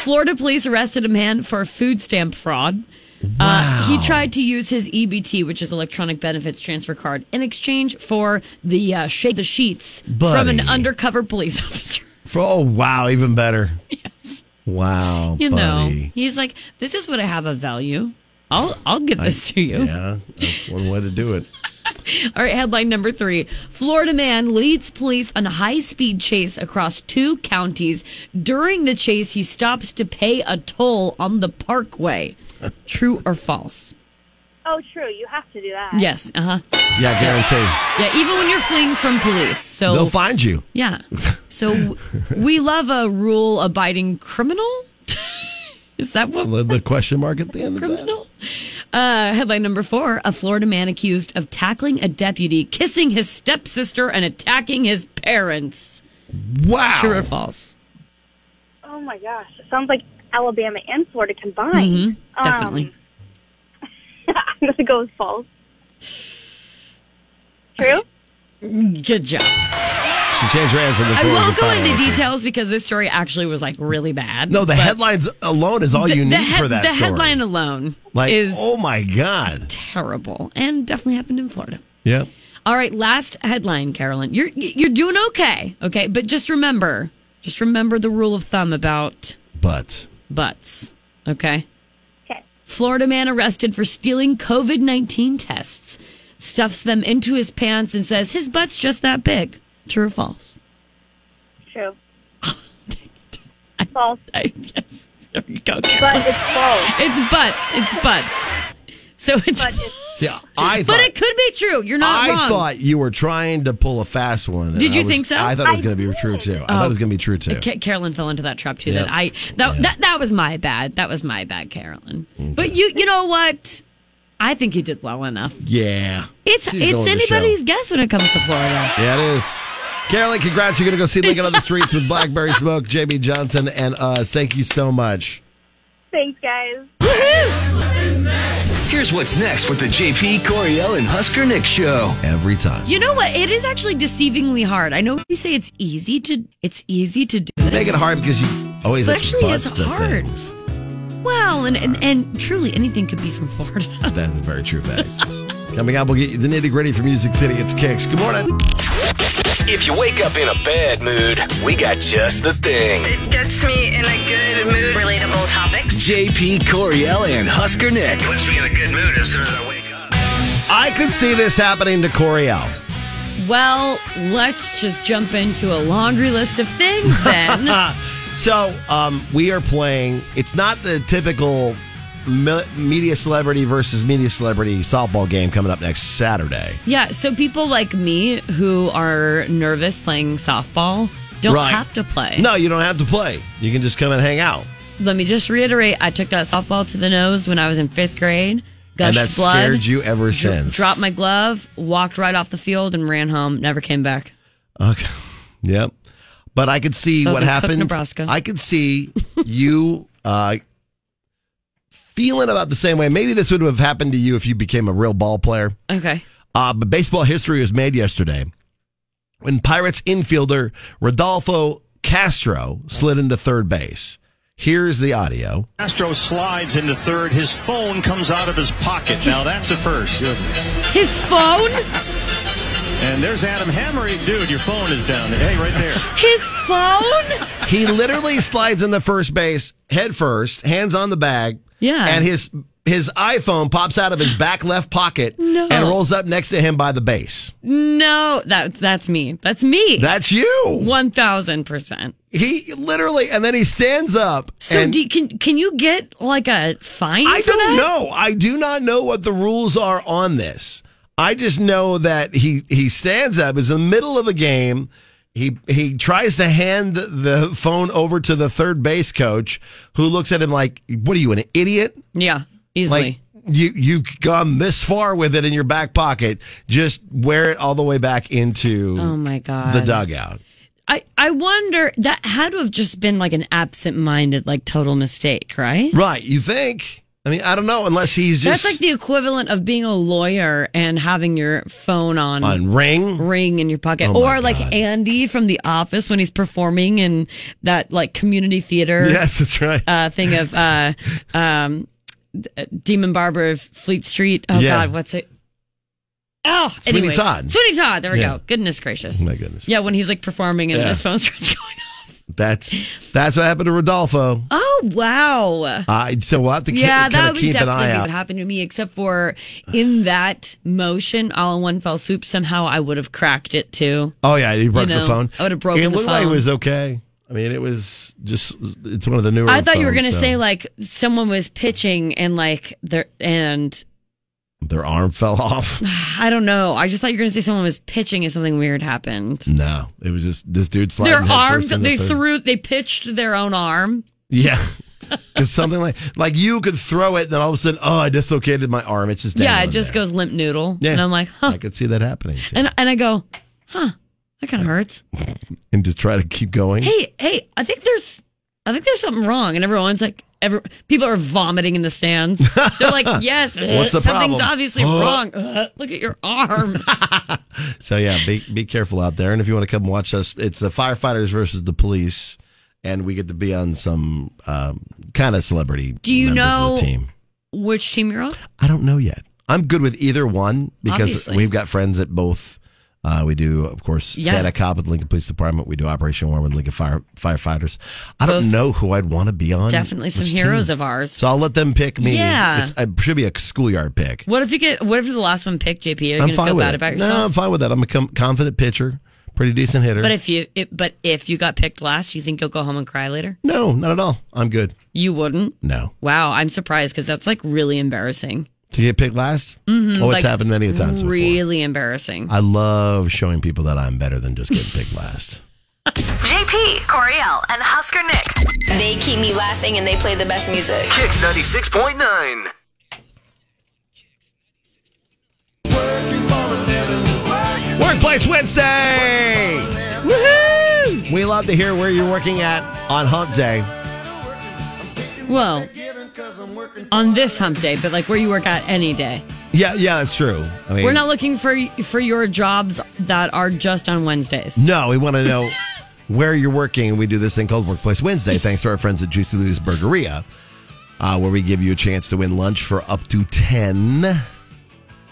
Speaker 8: Florida police arrested a man for food stamp fraud. Uh, he tried to use his EBT, which is electronic benefits transfer card, in exchange for the uh, shake the sheets from
Speaker 6: Buddy.
Speaker 8: an undercover police officer.
Speaker 6: For, oh wow, even better.
Speaker 8: Yes.
Speaker 6: Wow,
Speaker 8: You
Speaker 6: buddy.
Speaker 8: know, he's like, "This is what I have of value. I'll I'll give
Speaker 6: I-
Speaker 8: this to you."
Speaker 6: Yeah, that's one way to do it.
Speaker 8: All right, headline number three Florida man leads police on a high speed chase across two counties. During the chase, he stops to pay a toll on the parkway. True or false?
Speaker 20: Oh, true. You have to do that.
Speaker 8: Yes. Uh huh.
Speaker 6: Yeah, guarantee.
Speaker 8: Yeah, even when you're fleeing from police. So
Speaker 6: They'll find you.
Speaker 8: Yeah. So w- we love a rule abiding criminal. Is that what?
Speaker 6: The, the question mark at the end of that.
Speaker 8: Criminal? Uh, headline number four A Florida man accused of tackling a deputy, kissing his stepsister, and attacking his parents.
Speaker 6: Wow.
Speaker 8: True or false?
Speaker 20: Oh my gosh, it sounds like Alabama and Florida combined.
Speaker 8: Mhm,
Speaker 6: Mm-hmm.
Speaker 20: Um,
Speaker 8: definitely.
Speaker 20: I'm gonna go with false. True.
Speaker 8: Good job.
Speaker 6: She changed her answer.
Speaker 8: Um, I
Speaker 6: before it was
Speaker 8: won't
Speaker 6: the
Speaker 8: go
Speaker 6: final
Speaker 8: into
Speaker 6: answer.
Speaker 8: details because this story actually was like really bad.
Speaker 6: No, the
Speaker 8: but
Speaker 6: headlines alone is all
Speaker 8: the-
Speaker 6: you
Speaker 8: the
Speaker 6: need
Speaker 8: head-
Speaker 6: for that
Speaker 8: The
Speaker 6: story.
Speaker 8: headline alone
Speaker 6: like,
Speaker 8: is
Speaker 6: oh my god.
Speaker 8: terrible and definitely happened in Florida.
Speaker 6: Yeah.
Speaker 8: All right, last headline, Carolyn. You're you're doing okay, okay, but just remember, just remember the rule of thumb about
Speaker 6: But
Speaker 8: butts. Okay. Okay. Florida man arrested for stealing COVID nineteen tests, stuffs them into his pants, and says his butt's just that big. True or false?
Speaker 20: True.
Speaker 8: False. I, yes. There you go.
Speaker 20: But it's false.
Speaker 8: It's butts. It's butts. So it's. But,
Speaker 6: See, I thought,
Speaker 8: but it could be true. You're not
Speaker 6: I
Speaker 8: wrong.
Speaker 6: thought you were trying to pull a fast one. and
Speaker 8: Did you
Speaker 6: I was-
Speaker 8: think so? Oh.
Speaker 6: I thought it was
Speaker 8: I
Speaker 6: going to be true too. I thought it was going to be true too.
Speaker 8: Ca- Carolyn fell into that trap too.
Speaker 6: Yep.
Speaker 8: That I that, that that was my bad. That was my bad, Carolyn. But you you know what? I think you did well enough.
Speaker 6: Yeah.
Speaker 8: It's
Speaker 6: She's going
Speaker 8: it's
Speaker 6: to
Speaker 8: anybody's guess when it comes to Florida.
Speaker 6: show. Yeah, it is. Carolyn, congrats. You're going to go see Lincoln on the Streets with Blackberry Smoke, JB Johnson, and us. Thank you so much.
Speaker 20: Thanks, guys.
Speaker 5: Here's what's next with the JP Coriel and Husker Nick show.
Speaker 6: Every time.
Speaker 8: You know what? It is actually deceivingly hard. I know we say it's easy to it's easy to do this.
Speaker 6: Make it hard because you always
Speaker 8: But
Speaker 6: have
Speaker 8: actually,
Speaker 6: to
Speaker 8: it's
Speaker 6: bust the
Speaker 8: hard.
Speaker 6: things.
Speaker 8: Well, and, and and truly anything could be from Florida.
Speaker 6: That's a very true fact. Coming up, we'll get you the nitty gritty from Music City. It's Kicks. Good morning.
Speaker 5: If you wake up in a bad mood, we got just the thing.
Speaker 9: It gets me in a good mood. Relatable topics.
Speaker 5: JP Coriel and Husker Nick. Puts me in a good mood as soon as I wake up.
Speaker 6: I could see this happening to Coriel.
Speaker 8: Well, let's just jump into a laundry list of things then.
Speaker 6: so um, we are playing. It's not the typical me- media celebrity versus media celebrity softball game coming up next Saturday.
Speaker 8: yeah, so people like me who are nervous playing softball don't
Speaker 6: Right.
Speaker 8: have to play.
Speaker 6: No, you don't have to play. You can just come and hang out.
Speaker 8: Let me just reiterate I took that softball to the nose when I was in fifth grade,
Speaker 6: and
Speaker 8: gushed
Speaker 6: that
Speaker 8: blood,
Speaker 6: scared you ever
Speaker 8: dro-
Speaker 6: since.
Speaker 8: dropped my glove, walked right off the field, and ran home, never came back.
Speaker 6: Okay. Yep. But I could see
Speaker 8: Those
Speaker 6: what
Speaker 8: are Cook,
Speaker 6: happened.
Speaker 8: Nebraska.
Speaker 6: I could see you uh, feeling about the same way. Maybe this would have happened to you if you became a real ball player.
Speaker 8: Okay.
Speaker 6: Uh, but baseball history was made yesterday when Pirates infielder Rodolfo Castro slid into third base. Here's the audio.
Speaker 21: Castro slides into third. His phone comes out of his pocket. Now that's a first.
Speaker 8: His phone?
Speaker 21: And there's Adam Hammery. Dude, your phone is down there. Hey, right there.
Speaker 8: His phone?
Speaker 6: He literally slides into first base head first, hands on the bag.
Speaker 8: Yeah.
Speaker 6: And his his iPhone pops out of his back left pocket
Speaker 8: No.
Speaker 6: and rolls up next to him by the base.
Speaker 8: No, that that's me. That's me.
Speaker 6: That's you.
Speaker 8: One thousand percent.
Speaker 6: He literally, and then he stands up.
Speaker 8: So
Speaker 6: and-
Speaker 8: do you- can can you get like a fine?
Speaker 6: I
Speaker 8: for that?
Speaker 6: don't know. I do not know what the rules are on this. I just know that he he stands up. Is in the middle of a game. He he tries to hand the phone over to the third base coach, who looks at him like, "What are you, an idiot?"
Speaker 8: Yeah, easily.
Speaker 6: Like, you you've gone this far with it in your back pocket. Just wear it all the way back into
Speaker 8: Oh, my God.
Speaker 6: the dugout.
Speaker 8: I I wonder that had to have just been like an absent-minded, like total mistake, right?
Speaker 6: Right? You think? I mean, I don't know. Unless he's just
Speaker 8: That's like the equivalent of being a lawyer and having your phone on
Speaker 6: on ring.
Speaker 8: ring in your pocket,
Speaker 6: Oh, my
Speaker 8: or like Andy from The Office when he's performing in that like community theater.
Speaker 6: Yes, that's right.
Speaker 8: Uh, thing of uh, um, Demon Barber of Fleet Street. Oh
Speaker 6: Yeah.
Speaker 8: God, what's it? Oh,
Speaker 6: Sweeney
Speaker 8: anyways.
Speaker 6: Todd.
Speaker 8: Sweeney Todd. There we
Speaker 6: Yeah.
Speaker 8: go. Goodness gracious.
Speaker 6: Oh, my goodness.
Speaker 8: Yeah, when he's like performing and
Speaker 6: Yeah.
Speaker 8: his phone starts going.
Speaker 6: That's that's what happened to Rodolfo.
Speaker 8: Oh wow.
Speaker 6: Uh, so we'll have to
Speaker 8: yeah, that
Speaker 6: keep, kind
Speaker 8: would
Speaker 6: of keep an
Speaker 8: definitely
Speaker 6: eye
Speaker 8: be
Speaker 6: out.
Speaker 8: what happened to me, except for in that motion, all in one fell swoop, somehow I would have cracked it too.
Speaker 6: Oh yeah, he broke
Speaker 8: You know,
Speaker 6: the phone.
Speaker 8: I would've broken
Speaker 6: It
Speaker 8: the
Speaker 6: looked like it
Speaker 8: phone.
Speaker 6: was okay. I mean, it was just it's one of the newer.
Speaker 8: I thought you were
Speaker 6: phones,
Speaker 8: going to
Speaker 6: so
Speaker 8: say like someone was pitching and like there and
Speaker 6: their arm fell off.
Speaker 8: I don't know. I just thought you were going to say someone was pitching and something weird happened.
Speaker 6: No, it was just this dude sliding.
Speaker 8: their
Speaker 6: head
Speaker 8: arm,
Speaker 6: first in
Speaker 8: they
Speaker 6: the third.
Speaker 8: threw, they pitched their own arm.
Speaker 6: Yeah, it's something like like you could throw it, and then all of a sudden, oh, I dislocated my arm. It's just
Speaker 8: yeah, it
Speaker 6: dangling
Speaker 8: just goes limp noodle.
Speaker 6: there.
Speaker 8: And I'm like, huh.
Speaker 6: I could see that happening, too.
Speaker 8: And, and I go, huh, that kind of hurts.
Speaker 6: and just try to keep going.
Speaker 8: Hey, hey, I think there's, I think there's something wrong. And everyone's like, every, people are vomiting in the stands. They're like, yes,
Speaker 6: What's the
Speaker 8: something's
Speaker 6: problem?
Speaker 8: obviously
Speaker 6: Huh?
Speaker 8: wrong. Uh, look at your arm.
Speaker 6: So yeah, be be careful out there. And if you want to come watch us, it's the firefighters versus the police, and we get to be on some um, kind of celebrity.
Speaker 8: Do you
Speaker 6: members
Speaker 8: know
Speaker 6: of the team?
Speaker 8: which team you're on?
Speaker 6: I don't know yet. I'm good with either one because
Speaker 8: Obviously.
Speaker 6: we've got friends at both. Uh, we do, of course,
Speaker 8: Yeah.
Speaker 6: Santa Cop with Lincoln Police Department. We do Operation Warm with Lincoln Fire Firefighters. I don't know who I'd want to be on.
Speaker 8: Definitely some
Speaker 6: which team.
Speaker 8: heroes of ours.
Speaker 6: So I'll let them pick me.
Speaker 8: Yeah.
Speaker 6: it's, it should be a schoolyard pick.
Speaker 8: What if you get? What if you're the last one picked, JP? Are you
Speaker 6: I'm
Speaker 8: gonna
Speaker 6: fine
Speaker 8: feel
Speaker 6: with
Speaker 8: bad
Speaker 6: it.
Speaker 8: about
Speaker 6: No, I'm
Speaker 8: yourself?
Speaker 6: fine with that. I'm a com- confident pitcher, pretty decent hitter.
Speaker 8: but if you, it, but if you got picked last, you think you'll go home and cry later?
Speaker 6: No, not at all. I'm good.
Speaker 8: You wouldn't.
Speaker 6: No.
Speaker 8: Wow, I'm surprised because that's like really embarrassing.
Speaker 6: To get picked last?
Speaker 8: Mhm,
Speaker 6: Oh, it's
Speaker 8: like,
Speaker 6: happened many times before.
Speaker 8: Really embarrassing.
Speaker 6: I love showing people that I'm better than just getting picked last.
Speaker 9: JP, Coriel, and Husker Nick.
Speaker 22: They keep me laughing and they play the best music.
Speaker 5: Kicks 96.9.
Speaker 6: Workplace Wednesday! Woohoo! We love to hear where you're working at on Hump Day.
Speaker 8: Well, on this hump day, but like where you work at any day.
Speaker 6: Yeah, yeah, that's true. I mean,
Speaker 8: We're not looking for for your jobs that are just on Wednesdays.
Speaker 6: No, we want to know where you're working. We do this thing called Workplace Wednesday, thanks to our friends at Juicy Lou's Burgeria, uh, where we give you a chance to win lunch for up to 10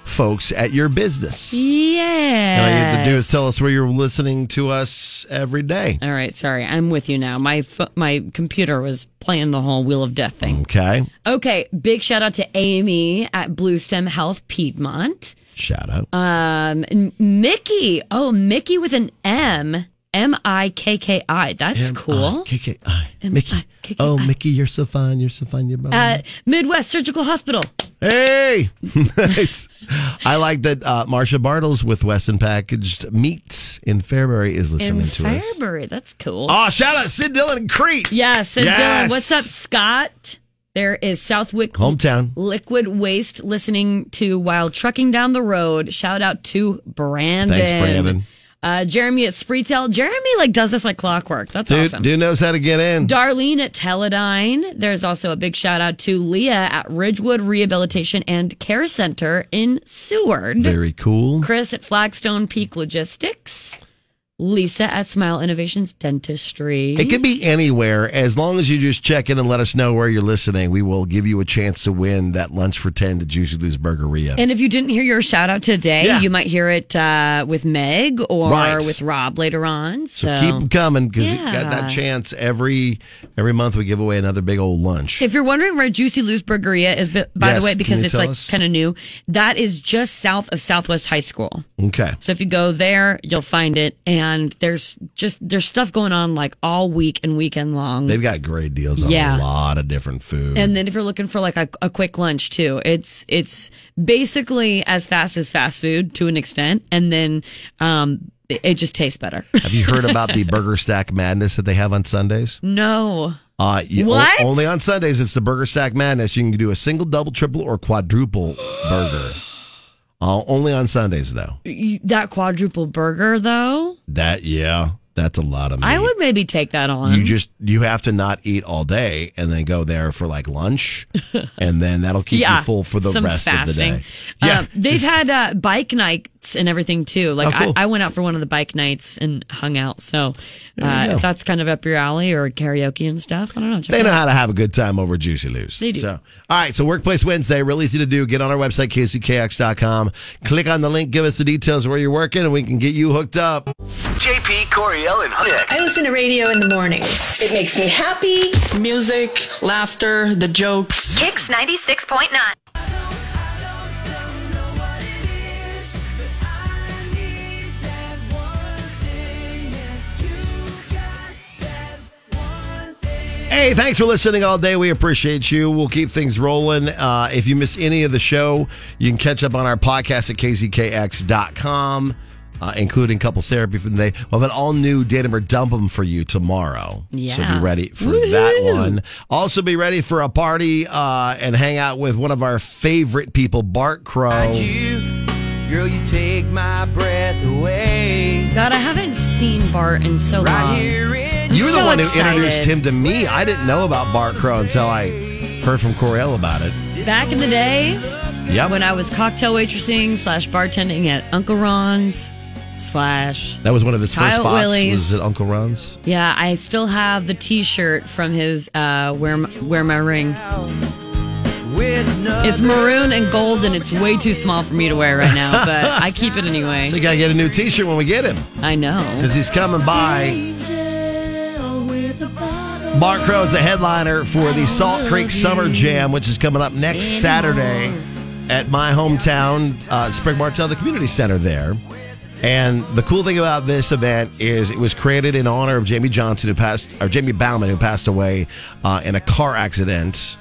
Speaker 6: folks at your business.
Speaker 8: Yeah.
Speaker 6: And all you have to do is tell us where you're listening to us every day.
Speaker 8: All right, sorry, I'm with you now. My fo- my computer was playing the whole Wheel of Death thing.
Speaker 6: Okay.
Speaker 8: Okay, big shout out to Amy at Blue Stem Health Piedmont.
Speaker 6: Shout out.
Speaker 8: Um, and Mickey. Oh, Mickey with an M. M I K K I. That's cool.
Speaker 6: KKI. Mickey. Oh, Mickey, you're so fine. You're so fine. You're
Speaker 8: At Uh, Midwest Surgical Hospital.
Speaker 6: Hey, nice. I like that uh, Marsha Bartles with Weston Packaged Meats in Fairbury is listening
Speaker 8: in
Speaker 6: to us.
Speaker 8: Fairbury. That's cool.
Speaker 6: Oh, shout out Sid Dillon and Crete.
Speaker 8: Yes, Sid
Speaker 6: Yes.
Speaker 8: Dillon. What's up, Scott? There is Southwick
Speaker 6: Hometown.
Speaker 8: Liquid Waste listening to while trucking down the road. Shout out to Brandon.
Speaker 6: Thanks, Brandon.
Speaker 8: Uh, Jeremy at Spreetel. Jeremy like does this like clockwork. That's
Speaker 6: dude,
Speaker 8: awesome.
Speaker 6: dude knows how to get in.
Speaker 8: Darlene at Teledyne. There's also a big shout out to Leah at Ridgewood Rehabilitation and Care Center in Seward.
Speaker 6: Very cool.
Speaker 8: Chris at Flagstone Peak Logistics. Lisa at Smile Innovations Dentistry.
Speaker 6: It could be anywhere as long as you just check in and let us know where you're listening. We will give you a chance to win that lunch for ten to Juicy Lou's Burgeria.
Speaker 8: And if you didn't hear your shout out today,
Speaker 6: Yeah.
Speaker 8: you might hear it uh, with Meg or
Speaker 6: Right.
Speaker 8: with Rob later on. So,
Speaker 6: so keep 'em coming because you got
Speaker 8: um, Yeah.
Speaker 6: that chance every every month. We give away another big old lunch.
Speaker 8: If you're wondering where Juicy Lou's Burgeria is, by
Speaker 6: Yes,
Speaker 8: the way,
Speaker 6: can
Speaker 8: because
Speaker 6: you
Speaker 8: it's
Speaker 6: tell
Speaker 8: like
Speaker 6: us?
Speaker 8: kind of new, that is just south of Southwest High School.
Speaker 6: Okay.
Speaker 8: So if you go there, you'll find it. And there's just there's stuff going on like all week and weekend long.
Speaker 6: They've got great deals on
Speaker 8: Yeah.
Speaker 6: a lot of different food.
Speaker 8: and then if you're looking for like a, a quick lunch too, it's it's basically as fast as fast food to an extent, and then um, it, it just tastes better.
Speaker 6: have you heard about the burger stack madness that they have on Sundays?
Speaker 8: No.
Speaker 6: Uh, you,
Speaker 8: What?
Speaker 6: only on Sundays, it's the Burger Stack Madness. You can do a single, double, triple, or quadruple burger. Uh, only on Sundays, though.
Speaker 8: You- That quadruple burger though,
Speaker 6: That yeah, that's a lot of meat.
Speaker 8: I would maybe take that on.
Speaker 6: you just you have to not eat all day and then go there for like lunch, and then that'll keep you full for the
Speaker 8: some
Speaker 6: rest
Speaker 8: fasting.
Speaker 6: of the day. Yeah,
Speaker 8: Um, they've had uh, bike nights and everything too. Like
Speaker 6: Oh, cool.
Speaker 8: I, I went out for one of the bike nights and hung out. So
Speaker 6: There you
Speaker 8: uh,
Speaker 6: go.
Speaker 8: if that's kind of up your alley or karaoke and stuff, I don't know. Check
Speaker 6: They
Speaker 8: it
Speaker 6: know
Speaker 8: out.
Speaker 6: how to have a good time over at Juicy Lou's.
Speaker 8: They do.
Speaker 6: So, all right, so Workplace Wednesday, real easy to do. Get on our website, kckx.com. Click on the link, give us the details of where you're working, and we can get you hooked up.
Speaker 5: JP, Coriel, and Nick.
Speaker 1: I listen to radio in the morning. It makes me happy. Music, laughter, the jokes.
Speaker 9: Kicks 96.9.
Speaker 6: Hey, thanks for listening all day. We appreciate you. We'll keep things rolling. Uh, if you miss any of the show, you can catch up on our podcast at kzkx.com, uh, including couples therapy from today. We'll have an all new Datum or Dump 'em for you tomorrow. So
Speaker 2: Yeah.
Speaker 6: be ready for that one. Also, be ready for a party uh, and hang out with one of our favorite people, Bart Crow.
Speaker 2: Girl, you take my breath away.
Speaker 8: God, I haven't seen Bart in so
Speaker 2: Right
Speaker 8: long.
Speaker 2: here in-
Speaker 8: I'm
Speaker 6: You were the
Speaker 8: so
Speaker 6: one
Speaker 8: excited.
Speaker 6: who introduced him to me. I didn't know about Bart Crow until I heard from Coriel about it.
Speaker 8: back in the day.
Speaker 6: Yep.
Speaker 8: When I was cocktail waitressing slash bartending at Uncle Ron's slash
Speaker 6: That was one of his first
Speaker 8: Kyle
Speaker 6: spots.
Speaker 8: Willie's.
Speaker 6: Was at Uncle Ron's?
Speaker 8: Yeah, I still have the T-shirt from his uh, "Wear M- Wear My Ring." It's maroon and gold, and it's way too small for me to wear right now, but I keep it anyway.
Speaker 6: So you gotta get a new T-shirt when we get him.
Speaker 8: I know
Speaker 6: because he's coming by. Bart Crow is the headliner for the Salt Creek Summer Jam, which is coming up next Saturday at my hometown, uh, Spring Martell, the community center there. And the cool thing about this event is it was created in honor of Jamie Johnson, who passed, or Jamie Bauman, who passed away uh, in a car accident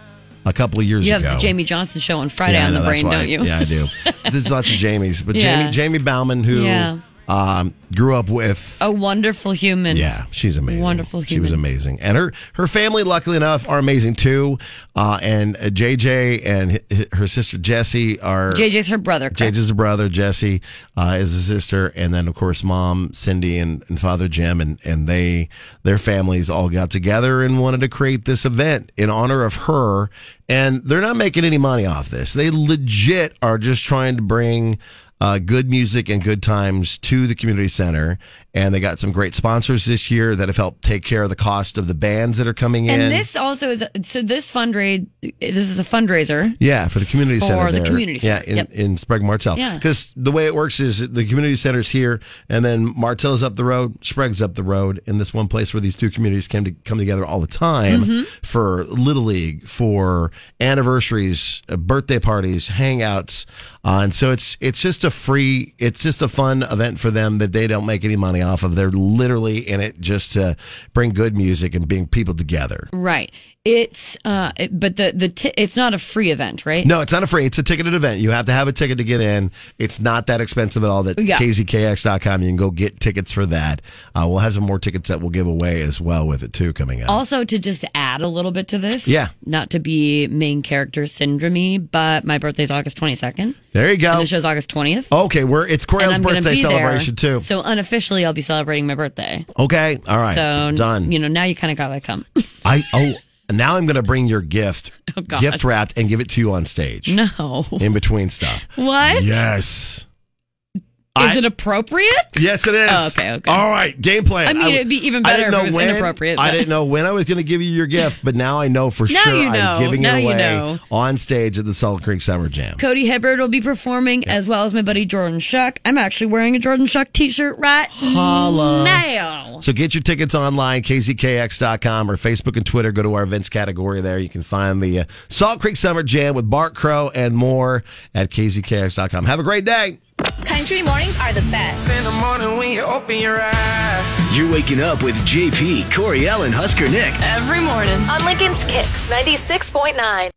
Speaker 6: a couple of years
Speaker 8: you have
Speaker 6: ago.
Speaker 8: the Jamie Johnson show on Friday
Speaker 6: Yeah, I
Speaker 8: on
Speaker 6: know,
Speaker 8: the
Speaker 6: that's
Speaker 8: brain,
Speaker 6: why-
Speaker 8: don't you?
Speaker 6: Yeah, I do. There's lots of Jamies, but
Speaker 8: Yeah.
Speaker 6: Jamie Jamie Bauman, who
Speaker 8: Yeah.
Speaker 6: Um, grew up with
Speaker 8: A wonderful human.
Speaker 6: yeah, she's amazing.
Speaker 8: Wonderful
Speaker 6: She was
Speaker 8: human.
Speaker 6: amazing, and her her family, luckily enough, are amazing too. Uh, and uh, JJ and hi- hi- her sister Jessie are
Speaker 8: JJ's her brother. correct?
Speaker 6: JJ's the brother, Jesse uh, is the sister, and then of course mom, Cindy, and, and father Jim, and and they their families all got together and wanted to create this event in honor of her. And they're not making any money off this. They legit are just trying to bring. Uh, good music and good times to the community center, and they got some great sponsors this year that have helped take care of the cost of the bands that are coming in.
Speaker 8: And this also is so this fundraiser. This is a fundraiser.
Speaker 6: Yeah, for the community
Speaker 8: For
Speaker 6: center.
Speaker 8: the
Speaker 6: there.
Speaker 8: community center,
Speaker 6: Yeah, in,
Speaker 8: yep.
Speaker 6: in Sprague Martell.
Speaker 8: Yeah.
Speaker 6: Because the way it works is the community center's here, and then Martell's up the road, Sprague's up the road, and this one place where these two communities came to come together all the time
Speaker 8: Mm-hmm.
Speaker 3: Mhm.
Speaker 6: for Little League, for anniversaries, uh, birthday parties, hangouts. Uh, and so it's it's just a free, it's just a fun event for them that they don't make any money off of. They're literally in it just to bring good music and bring people together.
Speaker 8: Right. It's uh, it- but the the t- it's not a free event, right?
Speaker 6: No, it's not a free. It's a ticketed event. You have to have a ticket to get in. It's not that expensive at all. That
Speaker 8: Yeah.
Speaker 6: KZKX.com. You can go get tickets for that. Uh, we'll have some more tickets that we'll give away as well with it too coming up.
Speaker 8: Also, to just add a little bit to this,
Speaker 6: Yeah.
Speaker 8: not to be main character syndromey, but my birthday's August twenty second.
Speaker 6: There you go.
Speaker 8: And the show's August twentieth.
Speaker 6: Okay, we're it's Coriel's Oh. birthday celebration too.
Speaker 8: So unofficially, I'll be celebrating my birthday.
Speaker 6: okay, all right,
Speaker 8: So
Speaker 6: done.
Speaker 8: You know, now you kind of gotta come.
Speaker 6: I oh now I'm gonna bring your gift,
Speaker 8: Oh, God.
Speaker 6: gift wrapped, and give it to you on stage.
Speaker 8: No,
Speaker 6: in between stuff.
Speaker 8: What?
Speaker 6: Yes.
Speaker 8: Is it appropriate?
Speaker 6: Yes, it is.
Speaker 8: Oh, okay, okay.
Speaker 6: All right, game plan.
Speaker 8: I mean, it'd be even
Speaker 6: I
Speaker 8: better
Speaker 6: didn't
Speaker 8: if
Speaker 6: know
Speaker 8: it was
Speaker 6: when-
Speaker 8: inappropriate,
Speaker 6: I
Speaker 8: but-
Speaker 6: didn't know when I was going to give you your gift, but now I know for
Speaker 8: Now
Speaker 6: sure
Speaker 8: you know.
Speaker 6: I'm giving
Speaker 8: Now
Speaker 6: it
Speaker 8: you
Speaker 6: away
Speaker 8: know.
Speaker 6: on stage at the Salt Creek Summer Jam.
Speaker 8: Cody Hibbert will be performing as well as my buddy Jordan Shuck. I'm actually wearing a Jordan Shuck t-shirt right
Speaker 6: Holla.
Speaker 8: now.
Speaker 6: So get your tickets online, kzkx.com or Facebook and Twitter. Go to our events category there. You can find the uh, Salt Creek Summer Jam with Bart Crow and more at kzkx.com. Have a great day.
Speaker 22: Country mornings are the best.
Speaker 2: In the morning when you open your eyes.
Speaker 5: You're waking up with JP, Coriel, and Husker Nick.
Speaker 22: Every morning. On Lincoln's Kicks 96.9.